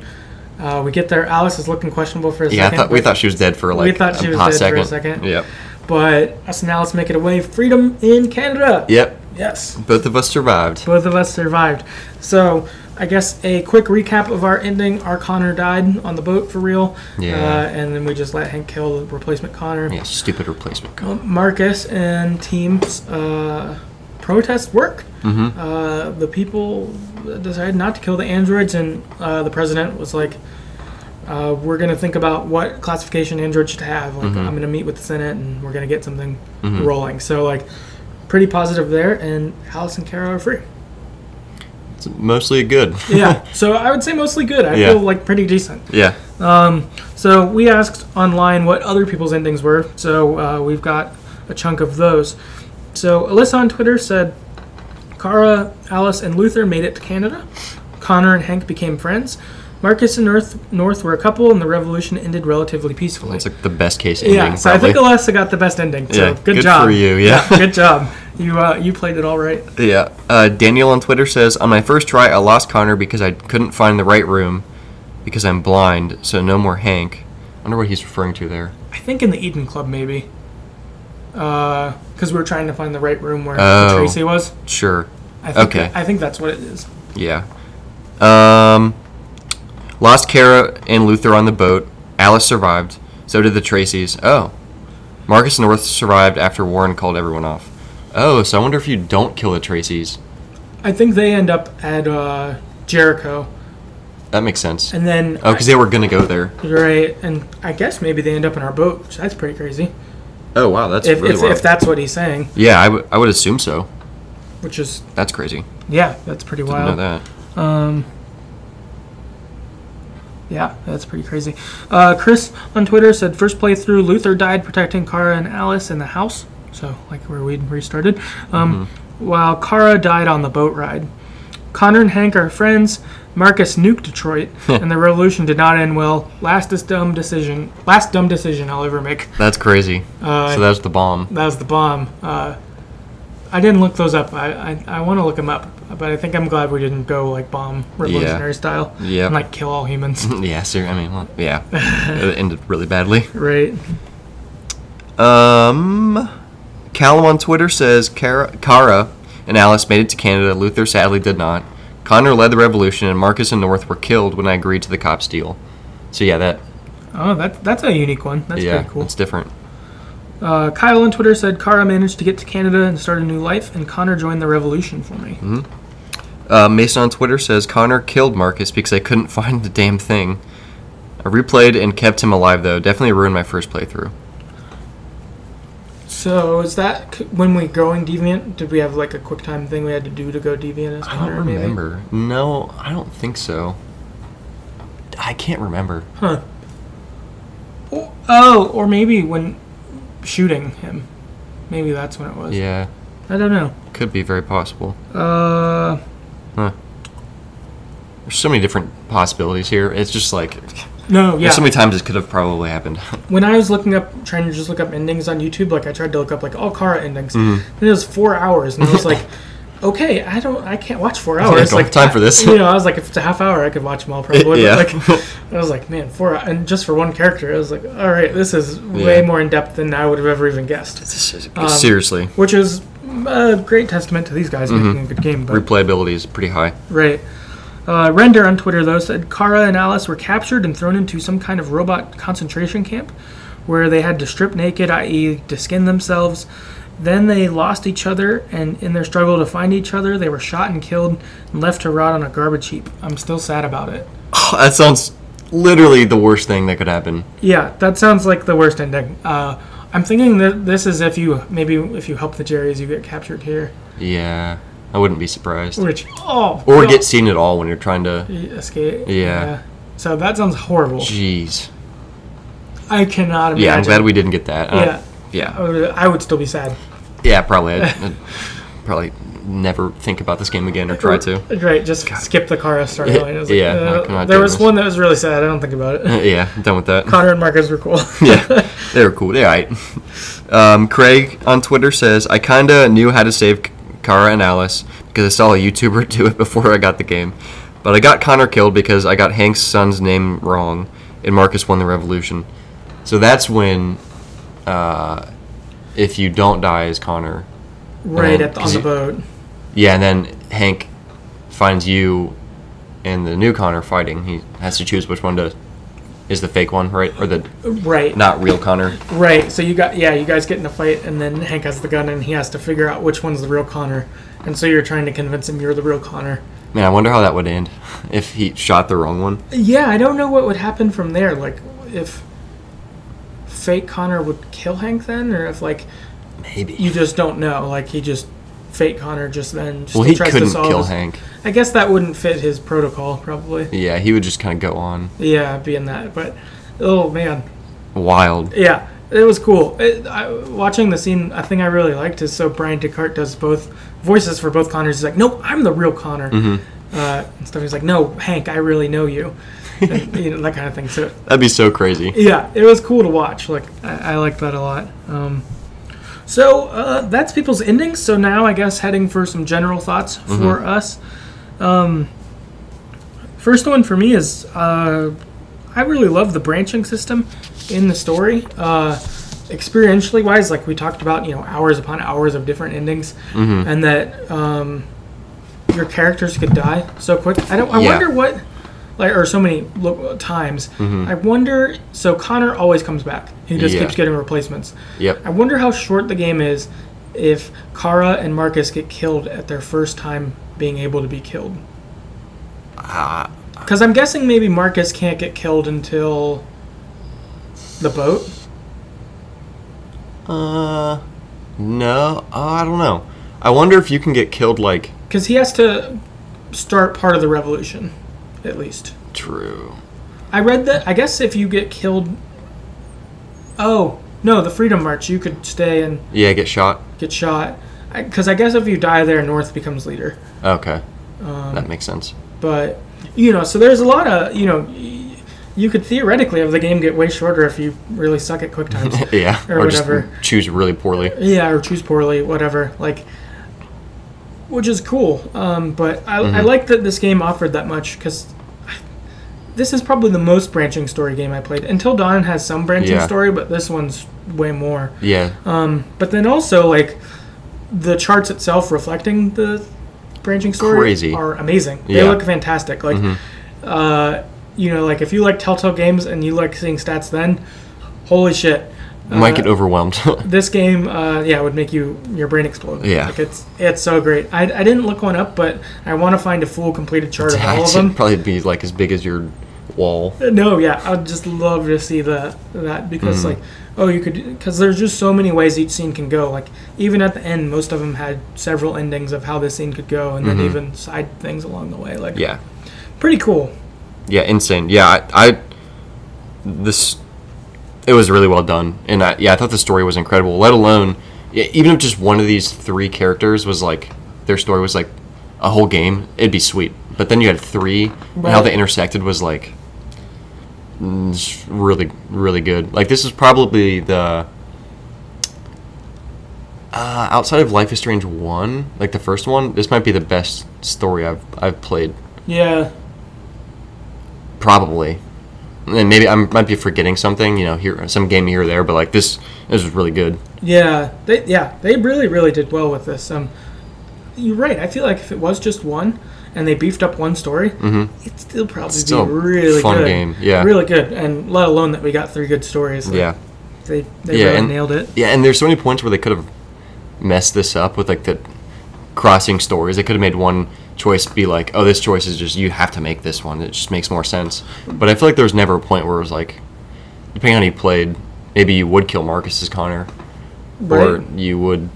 S1: Uh, we get there. Alice is looking questionable for a
S2: yeah, I
S1: second.
S2: thought we
S1: but-
S2: thought she was dead for like
S1: thought she
S2: a
S1: was
S2: hot
S1: dead
S2: second.
S1: for a second.
S2: Yep.
S1: But us and Alice make it away. Freedom in Canada.
S2: Yep.
S1: Yes.
S2: Both of us survived.
S1: Both of us survived. So I guess a quick recap of our ending: our Connor died on the boat for real.
S2: Yeah.
S1: Uh, and then we just let Hank kill the replacement Connor.
S2: Yeah. Stupid replacement. call.
S1: Marcus and teams uh, protest work. Uh, the people decided not to kill the androids, and uh, the president was like, uh, "We're going to think about what classification androids should have. Like, I'm going to meet with the Senate, and we're going to get something rolling." So, like, pretty positive there. And Alice and Kara are free.
S2: It's mostly good.
S1: Yeah. so I would say mostly good. I
S2: Yeah.
S1: feel like pretty decent.
S2: yeah.
S1: So we asked online what other people's endings were. So uh, we've got a chunk of those. So Alyssa on Twitter said, Kara, Alice, and Luther made it to Canada. Connor and Hank became friends. Marcus and North, North were a couple, and the revolution ended relatively peacefully.
S2: It's like the best case ending.
S1: yeah, so
S2: probably.
S1: I think Alyssa got the best ending. So
S2: yeah.
S1: good, job.
S2: for you. Yeah.
S1: good job. You uh, you played it all right.
S2: Yeah. Uh, Daniel on Twitter says, On my first try, I lost Connor because I couldn't find the right room because I'm blind, so no more Hank. I wonder what he's referring to there.
S1: I think in the Eden Club maybe, because we were trying to find the right room where
S2: Oh.
S1: Tracy was.
S2: Sure.
S1: I think
S2: Okay.
S1: I think that's what it is.
S2: Yeah. Um, lost Kara and Luther on the boat. Alice survived. So did the Tracys. Oh. Marcus North survived after Warren called everyone off. Oh, so I wonder if you don't kill the Tracys.
S1: I think they end up at uh, Jericho,
S2: That makes sense.
S1: and then
S2: Oh, because they were going to go there.
S1: right, and I guess maybe they end up in our boat. Which that's pretty crazy.
S2: Oh, wow. That's
S1: If,
S2: really
S1: if,
S2: wild.
S1: if that's what he's saying,
S2: yeah, I, w- I would assume so.
S1: which is
S2: That's crazy.
S1: yeah, that's pretty
S2: Didn't know
S1: wild.
S2: that.
S1: Yeah, that's pretty crazy. Uh, Chris on Twitter said first playthrough, Luther died protecting Kara and Alice in the house, so like where we restarted, um,
S2: Mm-hmm.
S1: while Kara died on the boat ride. Connor and Hank are friends. Marcus nuked Detroit, and the revolution did not end well. Lastest dumb decision, last dumb decision I'll ever make.
S2: That's crazy.
S1: Uh,
S2: so that's the bomb.
S1: That was the bomb. Uh, I didn't look those up. I, I, I want to look them up, but I think I'm glad we didn't go like bomb revolutionary style
S2: Yeah.
S1: and like kill all humans.
S2: Yeah, sir. I mean, well, yeah. it ended really badly.
S1: right.
S2: Um, Callum on Twitter says Cara, Cara and Alice made it to Canada. Luther sadly did not. Connor led the revolution, and Marcus and North were killed when I agreed to the cops deal. So yeah, that
S1: Oh, that that's a unique one. That's
S2: yeah,
S1: pretty cool.
S2: it's different.
S1: Uh, Kyle on Twitter said Kara managed to get to Canada and start a new life, and Connor joined the revolution for me.
S2: Mm-hmm. Uh, Mason on Twitter says Connor killed Marcus because I couldn't find the damn thing. I replayed and kept him alive though. Definitely ruined my first playthrough.
S1: So is that c- when we going deviant? Did we have like a quick time thing we had to do to go deviant as
S2: I
S1: Connor?
S2: don't
S1: maybe?
S2: remember. No, I don't think so. I can't remember.
S1: Huh. Oh, oh, or maybe when shooting him. Maybe that's when it was.
S2: Yeah,
S1: I don't know.
S2: could be very possible.
S1: Uh,
S2: There's so many different possibilities here. It's just like
S1: no, yeah.
S2: there's so many times it could have probably happened.
S1: when I was looking up, trying to
S2: Mm-hmm.
S1: just look up endings on YouTube, like I tried to look up like all Kara endings, and it was four hours, and I was like, okay, I don't, I can't watch four
S2: don't
S1: hours.
S2: have
S1: like
S2: time for this.
S1: You know, I was like, if it's a half hour, I could watch them all probably.
S2: Yeah.
S1: But like, I was like, man, four, and just for one character, I was like, all right, this is way
S2: Yeah.
S1: more in depth than I would have ever even guessed. Um,
S2: Seriously,
S1: Which is a great testament to these guys
S2: Mm-hmm.
S1: making a good game. But
S2: replayability is pretty high.
S1: Right. Uh, Render on Twitter, though, said Kara and Alice were captured and thrown into some kind of robot concentration camp where they had to strip naked, i.e., to skin themselves. Then they lost each other, and in their struggle to find each other, they were shot and killed and left to rot on a garbage heap. I'm still sad about it.
S2: that sounds literally the worst thing that could happen.
S1: Yeah, that sounds like the worst ending. Uh, I'm thinking that this is if you maybe if you help the Jerry's, you get captured here,
S2: Yeah, I wouldn't be surprised.
S1: which oh,
S2: Or
S1: God.
S2: get seen at all when you're trying to.
S1: escape.
S2: Yeah.
S1: So that sounds horrible.
S2: Jeez.
S1: I cannot imagine.
S2: Yeah, I'm glad we didn't get that. Uh,
S1: Yeah. Oh. I
S2: yeah.
S1: would, I would still be sad.
S2: Yeah, probably. I'd, I'd probably never think about this game again or try to.
S1: Right, just skip the car start
S2: Yeah,
S1: going. It was
S2: yeah,
S1: like,
S2: I
S1: uh,
S2: cannot
S1: there
S2: do
S1: was
S2: this.
S1: one that was really sad. I don't think about it.
S2: yeah, done with that.
S1: Connor and Marcus were cool.
S2: yeah, they were cool. They're alright. Um, Craig on Twitter says, I kinda knew how to save K- Kara and Alice because I saw a YouTuber do it before I got the game. But I got Connor killed because I got Hank's son's name wrong and Marcus won the revolution. So that's when, uh, if you don't die as Connor,
S1: right
S2: Um,
S1: at the, on
S2: cause
S1: the
S2: you-
S1: boat.
S2: yeah, and then Hank finds you and the new Connor fighting. He has to choose which one to is the fake one, right? Or the
S1: Right,
S2: not real Connor.
S1: right. So you got yeah, you guys get in a fight, and then Hank has the gun, and he has to figure out which one's the real Connor. And so you're trying to convince him you're the real Connor.
S2: Man, I wonder how that would end if he shot the wrong one.
S1: Yeah, I don't know what would happen from there. Like if fake Connor would kill Hank then, or if like
S2: Maybe.
S1: you just don't know. Like he just fake Connor just then. Still
S2: Well, he
S1: tries to
S2: couldn't
S1: solve
S2: kill
S1: his-
S2: Hank.
S1: I guess that wouldn't fit his protocol, probably.
S2: Yeah, he would just kind of go on
S1: Yeah, being that, but oh man,
S2: wild.
S1: yeah, it was cool. It, I, watching the scene, a thing I really liked is so Brian Descartes does both voices for both Connors. He's like, "Nope, I'm the real Connor," uh, and stuff. He's like, "No, Hank, I really know you," and, you know, that kind of thing. So
S2: That'd be so crazy.
S1: yeah, it was cool to watch. Like I, I liked that a lot. Um, so uh, that's people's endings. So now I guess heading for some general thoughts for us. Um, first one for me is uh, I really love the branching system in the story. Uh, experientially wise, like we talked about, you know, hours upon hours of different endings, and that um, your characters could die so quick. I don't. I
S2: Yeah.
S1: wonder what like or so many lo- times. I wonder. So Connor always comes back. He just
S2: Yeah.
S1: keeps getting replacements. I
S2: Yep.
S1: wonder how short the game is if Kara and Marcus get killed at their first time being able to be killed.
S2: Uh,
S1: Because I'm guessing maybe Marcus can't get killed until the boat.
S2: uh, no, uh, I don't know. I wonder if you can get killed like
S1: Because he has to start part of the revolution, at least.
S2: true.
S1: I read that. I guess if you get killed. Oh, no, the Freedom March, you could stay and
S2: Yeah, get shot.
S1: get shot. Because I, guess if you die there, North becomes leader.
S2: Okay,
S1: Um,
S2: that makes sense.
S1: But you know, so there's a lot of you know, y- you could theoretically have the game get way shorter if you really suck at quick times.
S2: Yeah,
S1: or whatever.
S2: just choose really poorly.
S1: yeah, or choose poorly, whatever. Like, which is cool. Um, but I, I like that this game offered that much because. This is probably the most branching story game I played. Until Dawn has some branching
S2: Yeah.
S1: story, but this one's way more.
S2: Yeah,
S1: But then also like the charts itself reflecting the branching story
S2: Crazy.
S1: are amazing. They
S2: Yeah. Mm-hmm.
S1: look fantastic. Like uh, you know, like if you like Telltale games and you like seeing stats then, holy shit. Uh,
S2: might get overwhelmed.
S1: This game, uh, yeah, would make you your brain explode.
S2: Yeah.
S1: like it's it's so great. I, I didn't look one up, but I want to find a full completed chart of all of them.
S2: It'd probably be like as big as your wall.
S1: No, yeah, I'd just love to see the that because
S2: Hmm.
S1: like, oh, you could because there's just so many ways each scene can go. Like even at the end, most of them had several endings of how this scene could go, and then even side things along the way. Like,
S2: Mm-hmm. Yeah.
S1: pretty cool.
S2: yeah insane yeah I, I this it was really well done and I, yeah i thought the story was incredible let alone yeah, even if just one of these three characters was like their story was like a whole game it'd be sweet but then you had three and how
S1: Right.
S2: they intersected was like mm, s- really really good like this is probably the Uh, outside of Life is Strange one, like the first one, this might be the best story I've I've played.
S1: Yeah.
S2: Probably, and maybe I might be forgetting something. You know, here some game here or there, but like this, this was really good.
S1: Yeah, they yeah they really really did well with this. Um, you're right. I feel like if it was just one and they beefed up one story, it'd still probably
S2: Mm-hmm. Still a
S1: be really
S2: fun
S1: good.
S2: game, yeah.
S1: really good. And let alone that we got three good stories. like,
S2: Yeah,
S1: they they
S2: Yeah,
S1: really
S2: and-
S1: nailed it.
S2: yeah, and there's so many points where they could have messed this up with like the crossing stories. They could have made one choice be like, oh, this choice is just you have to make this one. It just makes more sense. But I feel like there was never a point where it was like, depending on who you played, maybe you would kill Marcus as Connor. or
S1: Right?
S2: you would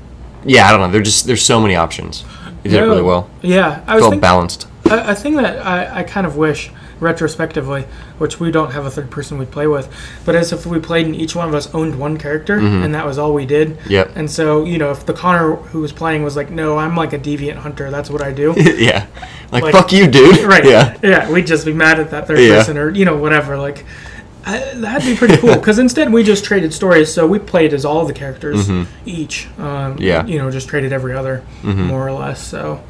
S2: yeah i don't know there's just there's so many options you did it
S1: No.
S2: really well
S1: Yeah, I was
S2: felt
S1: thinking,
S2: balanced
S1: a, a thing that I, I kind of wish retrospectively, which we don't have a third person we play with, but as if we played and each one of us owned one character and that was all we did.
S2: Mm-hmm. Yep.
S1: And so, you know, if the Connor who was playing was like, no, I'm like a deviant hunter, that's what I do.
S2: yeah like,
S1: Like-
S2: fuck you dude
S1: right.
S2: yeah
S1: Yeah. We'd just be mad at that third
S2: Yeah.
S1: person or, you know, whatever. Like, I, that'd be pretty cool because instead we just traded stories. So we played as all the characters each. Um,
S2: Mm-hmm. Yeah. Mm-hmm.
S1: You know, just traded every other more or less. So,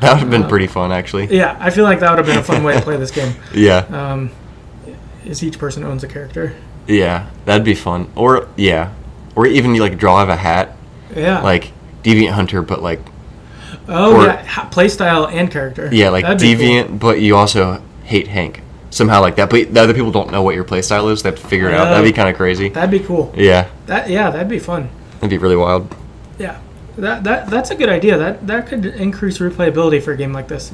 S2: that would have been pretty fun actually
S1: yeah, I feel like that would have been a fun way to play this game.
S2: yeah
S1: Oh. is each person owns a character.
S2: yeah that'd be fun or yeah or even you like draw of a hat
S1: Yeah.
S2: like deviant hunter but like
S1: oh
S2: or-
S1: yeah, ha- playstyle and character.
S2: yeah like
S1: That'd be cool.
S2: deviant but you also hate hank somehow like that but the other people don't know what your playstyle is they have to figure it out that'd
S1: Oh.
S2: be kind of crazy
S1: That'd be cool.
S2: yeah
S1: That yeah, that'd be fun.
S2: that'd be really wild
S1: Yeah. That, that that's a good idea. That that could increase replayability for a game like this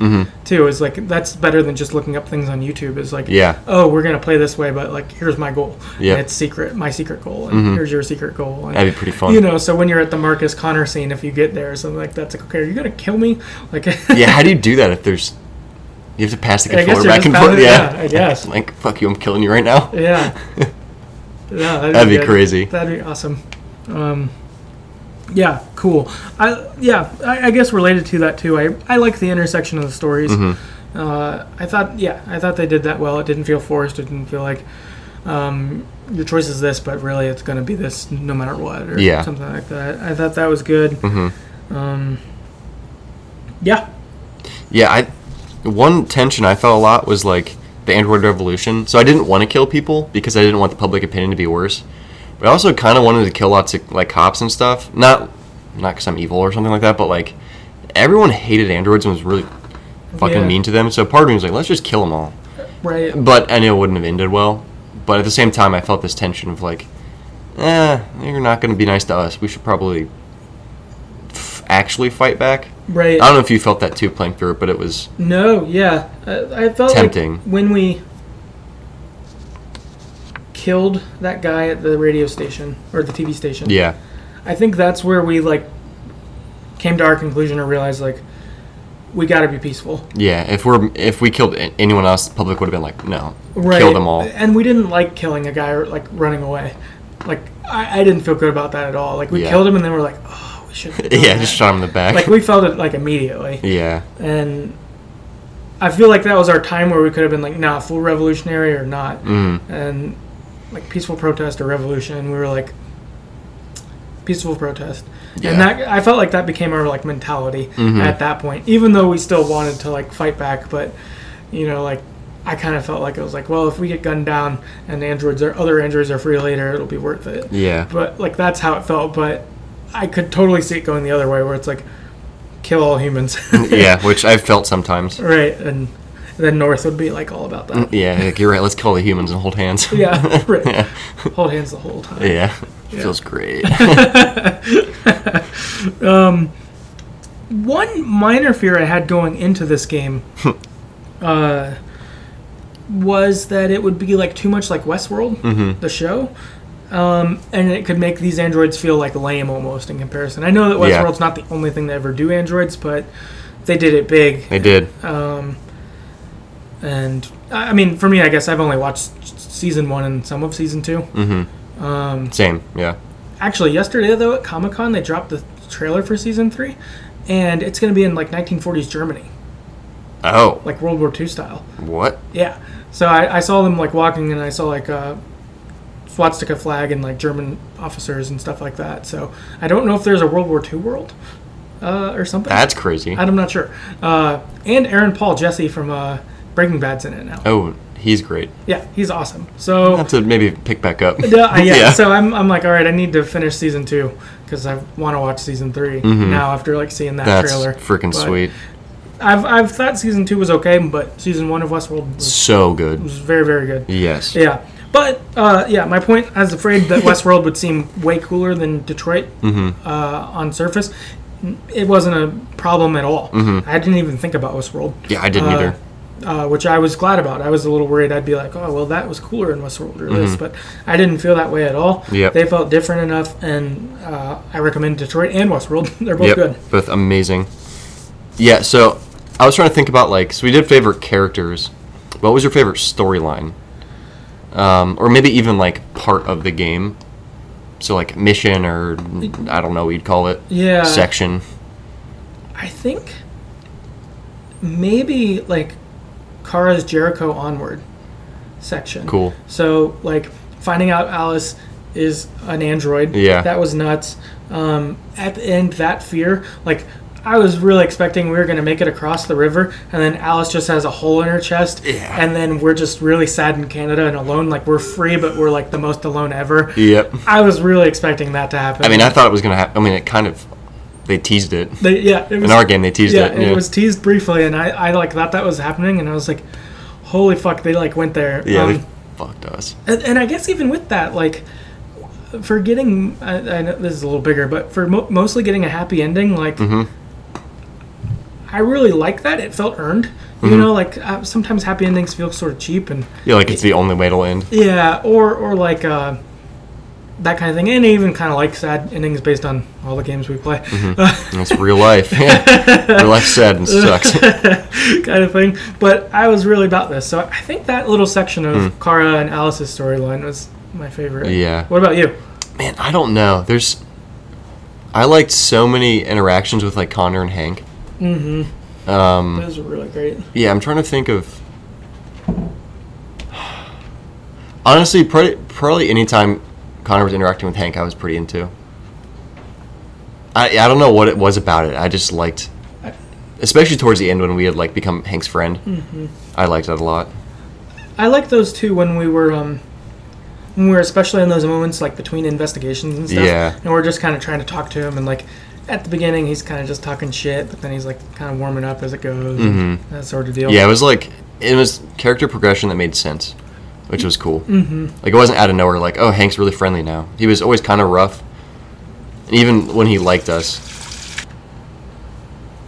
S1: too. Is like that's better than just looking up things on YouTube. Is like
S2: Mm-hmm. yeah
S1: oh we're gonna play this way, but like here's my goal.
S2: Yeah. Mm-hmm.
S1: And it's secret, my secret goal, and here's your secret goal. And,
S2: that'd be pretty fun
S1: You know, so when you're at the Marcus Connor scene, if you get there or something like that, it's like, okay, are you gonna kill me? Like,
S2: Yeah, how do you do that if there's you have to pass the
S1: I guess
S2: controller
S1: you're
S2: back
S1: just
S2: and forth?
S1: pounding-
S2: Yeah.
S1: yeah, I guess.
S2: Like fuck you, I'm killing you right now.
S1: Yeah. yeah that'd,
S2: That'd be
S1: good.
S2: crazy.
S1: That'd be awesome. Um, yeah, cool. I yeah, I, I guess related to that too. I I like the intersection of the stories.
S2: Mm-hmm.
S1: Uh, I thought yeah, I thought they did that well. It didn't feel forced. It didn't feel like um, your choice is this, but really it's going to be this no matter what or
S2: Yeah. Mm-hmm.
S1: something like that. I thought that was good. Um, yeah.
S2: Yeah, I one tension I felt a lot was like the Android Revolution. So I didn't want to kill people because I didn't want the public opinion to be worse. But I also kind of wanted to kill lots of like cops and stuff. Not not because I'm evil or something like that, but like everyone hated androids and was really fucking
S1: Yeah.
S2: mean to them. So part of me was like, let's just kill them all.
S1: Right.
S2: But I knew it wouldn't have ended well. But at the same time, I felt this tension of like, eh, you're not going to be nice to us. We should probably f- actually fight back. I
S1: Right.
S2: don't know if you felt that too, playing through it, but it was
S1: No, yeah, I, I felt
S2: Tempting.
S1: Like when we killed that guy at the radio station or the TV station.
S2: yeah,
S1: I think that's where we like came to our conclusion or realized like we got to be peaceful.
S2: yeah. If we're if we killed a- anyone else, the public would have been like, no,
S1: Right.
S2: kill them all.
S1: And we didn't like killing a guy or like running away. Like I, I didn't feel good about that at all. Like we
S2: Yeah.
S1: killed him and then we're like, oh, we should.
S2: Yeah, just shot him in the back.
S1: Like we felt it like immediately.
S2: yeah,
S1: and I feel like that was our time where we could have been like, nah, full revolutionary or not,
S2: mm,
S1: and like peaceful protest or revolution. And we were like, peaceful protest,
S2: Yeah.
S1: and
S2: Mm-hmm.
S1: that I felt like that became our like mentality at that point. Even though we still wanted to like fight back, but you know, like I kind of felt like it was like, well, if we get gunned down and androids or other androids are free later, it'll be worth it
S2: yeah,
S1: but like that's how it felt but i could totally see it going the other way where it's like kill all humans
S2: yeah. Which I've felt sometimes.
S1: right and then north would be like all about that
S2: Yeah, like, you're right. Let's kill the humans and hold hands.
S1: yeah right hold hands the whole time
S2: yeah. Feels great.
S1: one minor fear i had going into this game uh was that it would be like too much like Westworld, the show, um, and it could make these androids feel like lame almost in comparison. I know that
S2: Yeah.
S1: Westworld's not the only thing they ever do androids, but they did it big
S2: I did.
S1: Um, and I I mean, for me, I guess I've only watched s- season one and some of season 2
S2: Same. Yeah.
S1: Actually, yesterday though at Comic Con, they dropped the trailer for season three, and it's going to be in like 1940s Germany,
S2: Oh,
S1: like World War II style.
S2: what?
S1: Yeah. So I, I saw them like walking, and I saw like uh, swastika flag and like German officers and stuff like that. So I don't know if there's a World War II world uh, or something.
S2: That's crazy.
S1: I'm not sure. Uh, and Aaron Paul Jesse from uh, Breaking Bad's in it now.
S2: Oh, he's great.
S1: Yeah, he's awesome. So uh,
S2: Have to maybe pick back up.
S1: yeah, I- yeah, So I'm, I'm like, all right, I need to finish season two because I want to watch season 3 now after like seeing that
S2: Mm-hmm. That's
S1: trailer.
S2: freaking
S1: But
S2: sweet.
S1: I've I've thought season two was okay, but season one of Westworld was,
S2: So good.
S1: was very very good.
S2: Yes.
S1: Yeah. But uh, yeah, my point. I was afraid that Westworld would seem way cooler than Detroit
S2: Mm-hmm.
S1: uh, on surface. It wasn't a problem at all.
S2: Mm-hmm.
S1: I didn't even think about Westworld,
S2: Yeah, I didn't
S1: Uh,
S2: either.
S1: uh, which I was glad about. I was a little worried. I'd be like, oh well, that was cooler in Westworld or this, but I didn't feel that way at all.
S2: Mm-hmm. Yep.
S1: They felt different enough, and uh, I recommend Detroit and Westworld. They're both
S2: Yep,
S1: Oh, good.
S2: both amazing. Yeah, so I was trying to think about like, so we did favorite characters. What was your favorite storyline? Um, or maybe even like part of the game. So like mission or I don't know what you'd call it.
S1: Yeah.
S2: Section.
S1: I think maybe like Kara's Jericho onward section.
S2: Cool.
S1: So like finding out Alice is an android.
S2: Yeah.
S1: That was nuts. Um, at the end, that fear, like I was really expecting we were going to make it across the river, and then Alice just has a hole in her chest,
S2: Yeah.
S1: and then we're just really sad in Canada and alone. Like we're free, but we're like the most alone ever.
S2: Yep.
S1: I was really expecting that to happen.
S2: I mean, I thought it was gonna happen. I mean, it kind of. They teased it
S1: They- yeah, it was
S2: in our game. They teased
S1: yeah,
S2: it.
S1: and it was teased briefly, and I, I like thought that was happening, and I was like, holy fuck, they like went there.
S2: yeah.
S1: Um,
S2: they fucked us.
S1: and, and I guess even with that, like, for getting, I, I know this is a little bigger, but for mo- mostly getting a happy ending, like, I really like that. It felt earned. You know, like uh, sometimes happy endings feel sort of cheap, and
S2: Yeah, like it's the only way to end.
S1: yeah, or or like uh, that kind of thing. And I even kind of like sad endings based on all the games we play.
S2: And it's real life. real life's sad and sucks.
S1: kind of thing. But I was really about this, so I think that little section of Kara and Alice's storyline was my favorite.
S2: Hmm. Yeah.
S1: What about you?
S2: Man, I don't know. There's, I liked so many interactions with like Connor and Hank. Hmm.
S1: Those were really great.
S2: Yeah, I'm trying to think of. Honestly, probably, probably any time Connor was interacting with Hank, I was pretty into. I I don't know what it was about it. I just liked, especially towards the end when we had like become Hank's friend. I liked that a lot.
S1: I like those too when we were um, when we were especially in those moments like between investigations and stuff,
S2: Yeah.
S1: and we're just kind of trying to talk to him and like. At the beginning, he's kind of just talking shit, but then he's like kind of warming up as it goes, and that sort of deal.
S2: Mm-hmm. Yeah, it was like it was character progression that made sense, which was cool. Mm-hmm. Like it wasn't out of nowhere. Like oh, Hank's really friendly now. He was always kind of rough, and even when he liked us.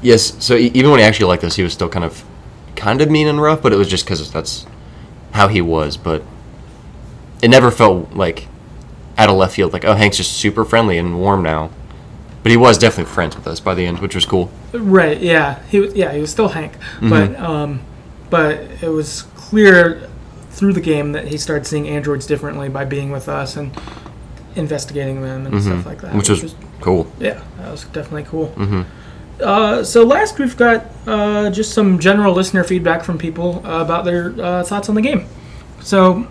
S2: Yes, so e- even when he actually liked us, he was still kind of, kind of mean and rough. But it was just because that's how he was. But it never felt like out of left field. Like oh, Hank's just super friendly and warm now. But he was definitely friends with us by the end, which was cool.
S1: Right. Yeah. He was. Yeah. He was still Hank,
S2: Mm-hmm.
S1: but um, but it was clear through the game that he started seeing androids differently by being with us and investigating them and stuff like that.
S2: Mm-hmm. Which was Mm-hmm. cool.
S1: yeah, that was definitely cool. Uh, so last we've got uh, just some general listener feedback from people uh, about their uh, thoughts on the game. So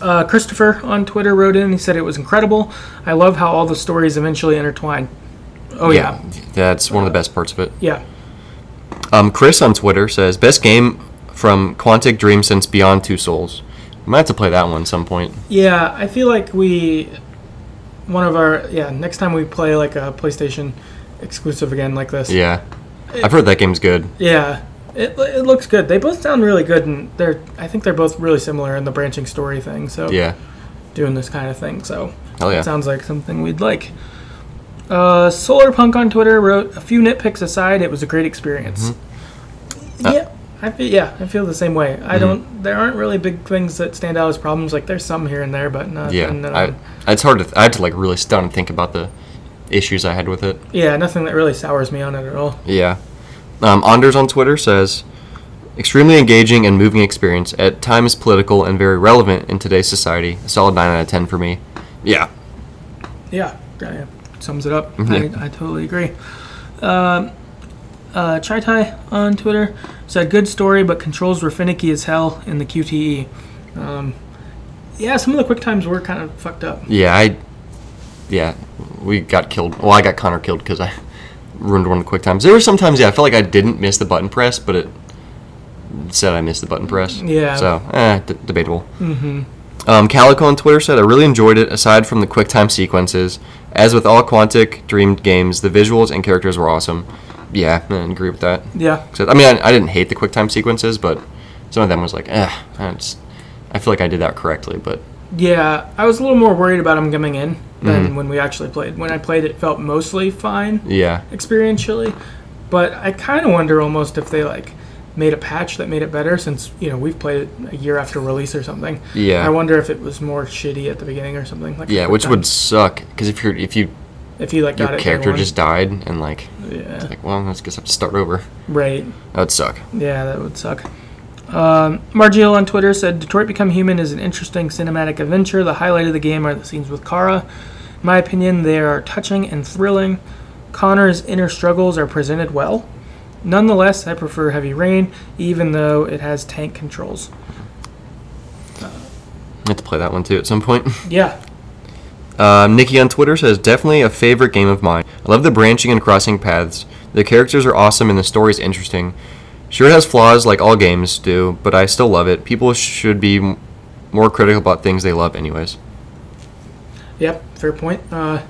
S1: uh, Christopher on Twitter wrote in. He said it was incredible. I love how all the stories eventually intertwine. Oh
S2: Yeah,
S1: yeah.
S2: that's one of the best parts of it.
S1: Yeah.
S2: Um, Chris on Twitter says, "Best game from Quantic Dream since Beyond Two Souls." We might have to play that one some point.
S1: Yeah, I feel like we one of our yeah, next time we play like a PlayStation exclusive again like this.
S2: Yeah, I've heard that game's good.
S1: Yeah. It, it looks good. They both sound really good and they're I think they're both really similar in the branching story thing. So
S2: Yeah,
S1: doing this kind of thing. So
S2: hell yeah.
S1: sounds like something we'd like. Uh, Solar Punk on Twitter wrote a few nitpicks aside, it was a great experience.
S2: Uh, mm-hmm.
S1: yeah. I feel, yeah, I feel the same way. I don't. There aren't really big things that stand out as problems. Like there's some here and there, but nothing. that I'm-
S2: Yeah, I, it's hard to. I had to like really stun and think about the issues I had with it.
S1: Yeah, nothing that really sours me on it at all.
S2: Yeah. Um, Anders on Twitter says, "Extremely engaging and moving experience. At times political and very relevant in today's society. A solid nine out of ten for me." Yeah,
S1: Yeah, that sums it up.
S2: Mhm.
S1: I, I totally agree. Um, uh, Chai Tai on Twitter said, "Good story, but controls were finicky as hell in the QTE." E." Um, Yeah, some of the quick times were kind of fucked up.
S2: Yeah, I. Yeah, we got killed. Well, I got Connor killed because I ruined one of the quick times. There were some times, yeah, I felt like I didn't miss the button press, but it said I missed the button press.
S1: Yeah.
S2: So, eh, d- debatable. Mm-hmm. Um, Calico on Twitter said, I really enjoyed it aside from the quick time sequences. As with all Quantic Dreamed games, the visuals and characters were awesome. Yeah, I agree with that.
S1: Yeah.
S2: Except, I mean, I, I didn't hate the quick time sequences, but some of them was like, eh, I, just, I feel like I did that correctly, but
S1: Yeah, I was a little more worried about him coming in than when we actually played. When I played, it felt mostly fine
S2: yeah.
S1: experientially, but I kind of wonder almost if they like made a patch that made it better since you know we've played it a year after release or something.
S2: Yeah.
S1: I wonder if it was more shitty at the beginning or something. Like
S2: Yeah, which would suck because if you're if you
S1: if you like got
S2: your
S1: it day
S2: character
S1: one.
S2: just died and like
S1: yeah
S2: like well I guess I have to start over.
S1: right
S2: That would suck.
S1: yeah that would suck. Um, Margiel on Twitter said Detroit Become Human is an interesting cinematic adventure. The highlight of the game are the scenes with Kara. In my opinion, they are touching and thrilling. Connor's inner struggles are presented well. Nonetheless, I prefer Heavy Rain, even though it has tank controls.
S2: I have to play that one too at some point.
S1: Yeah,
S2: Um, Nikki on Twitter says definitely a favorite game of mine. I love the branching and crossing paths. The characters are awesome and the story is interesting. Sure, it has flaws like all games do, but I still love it. People should be m- more critical about things they love, anyways.
S1: Yep, fair point. Uh,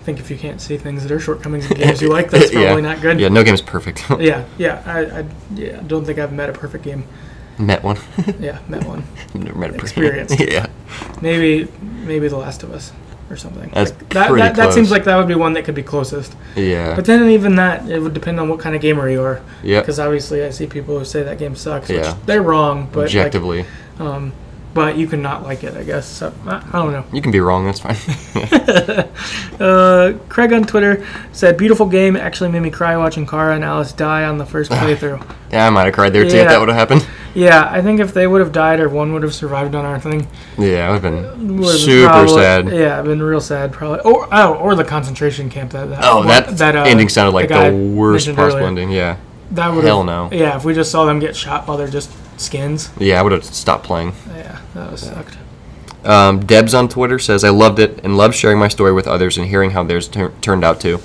S1: I think if you can't see things that are shortcomings in games you like, that's probably
S2: yeah.
S1: not good.
S2: Yeah, no game is perfect.
S1: yeah, yeah. I, I yeah, I don't think I've met a perfect game.
S2: met one.
S1: Yeah, met one.
S2: Never met a perfect.
S1: Experienced.
S2: yeah.
S1: Maybe maybe The Last of Us or something.
S2: That's
S1: Like, that,
S2: pretty
S1: that, that seems
S2: close.
S1: like that would be one that could be closest.
S2: Yeah.
S1: But then even that, it would depend on what kind of gamer you are.
S2: Yeah.
S1: Because obviously, I see people who say that game sucks.
S2: Yeah.
S1: Which they're wrong, but like,
S2: Objectively.
S1: um, but you can not like it, I guess. So, I, I don't know.
S2: You can be wrong. That's fine.
S1: Uh, Craig on Twitter said, "Beautiful game actually made me cry watching Kara and Alice die on the first playthrough."
S2: yeah, I might have cried there too if
S1: Yeah.
S2: that would have happened.
S1: yeah, I think if they would have died or one would have survived on our thing,
S2: Yeah, it would have been
S1: would have
S2: super
S1: probably-
S2: sad.
S1: Yeah, been real sad probably. Or oh, or the concentration camp that, that
S2: Oh,
S1: one-
S2: that,
S1: uh,
S2: ending sounded like
S1: guy
S2: the, worst
S1: mentioned
S2: possible
S1: earlier.
S2: ending. Yeah,
S1: That would
S2: Hell no.
S1: Yeah, if we just saw them get shot while they're just skins,
S2: yeah, I would have stopped playing.
S1: yeah, that was sucked.
S2: Um, Debs on Twitter says I loved it and love sharing my story with others and hearing how theirs tur- turned out too.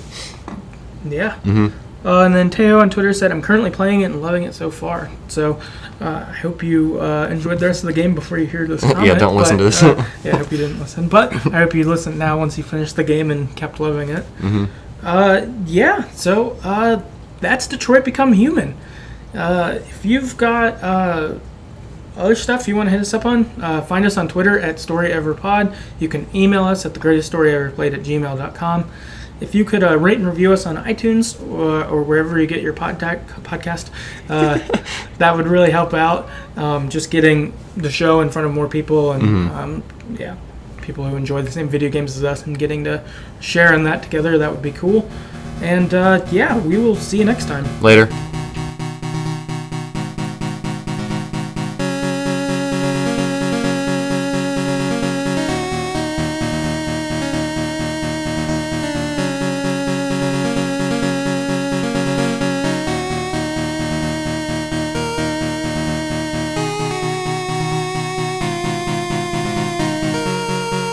S1: Yeah.
S2: Mm-hmm.
S1: Uh, and then Teo on Twitter said, "I'm currently playing it and loving it so far. So uh, I hope you uh, enjoyed the rest of the game before you hear this comment.
S2: don't listen
S1: but,
S2: to this.
S1: uh, yeah, I hope you didn't listen, but I hope you listen now once you finish the game and kept loving it.
S2: Mm-hmm.
S1: Uh, yeah. So uh, that's Detroit Become Human. Uh, if you've got uh, other stuff you want to hit us up on, uh, find us on Twitter at StoryEverPod. You can email us at thegreateststoryEverPlayed at gmail.com. If you could uh, rate and review us on iTunes or, or wherever you get your podtac- podcast, uh, that would really help out. Um, just getting the show in front of more people and, um, yeah, people who enjoy the same video games as us and getting to share in that together, that would be cool. And, uh, yeah, we will see you next time.
S2: Later.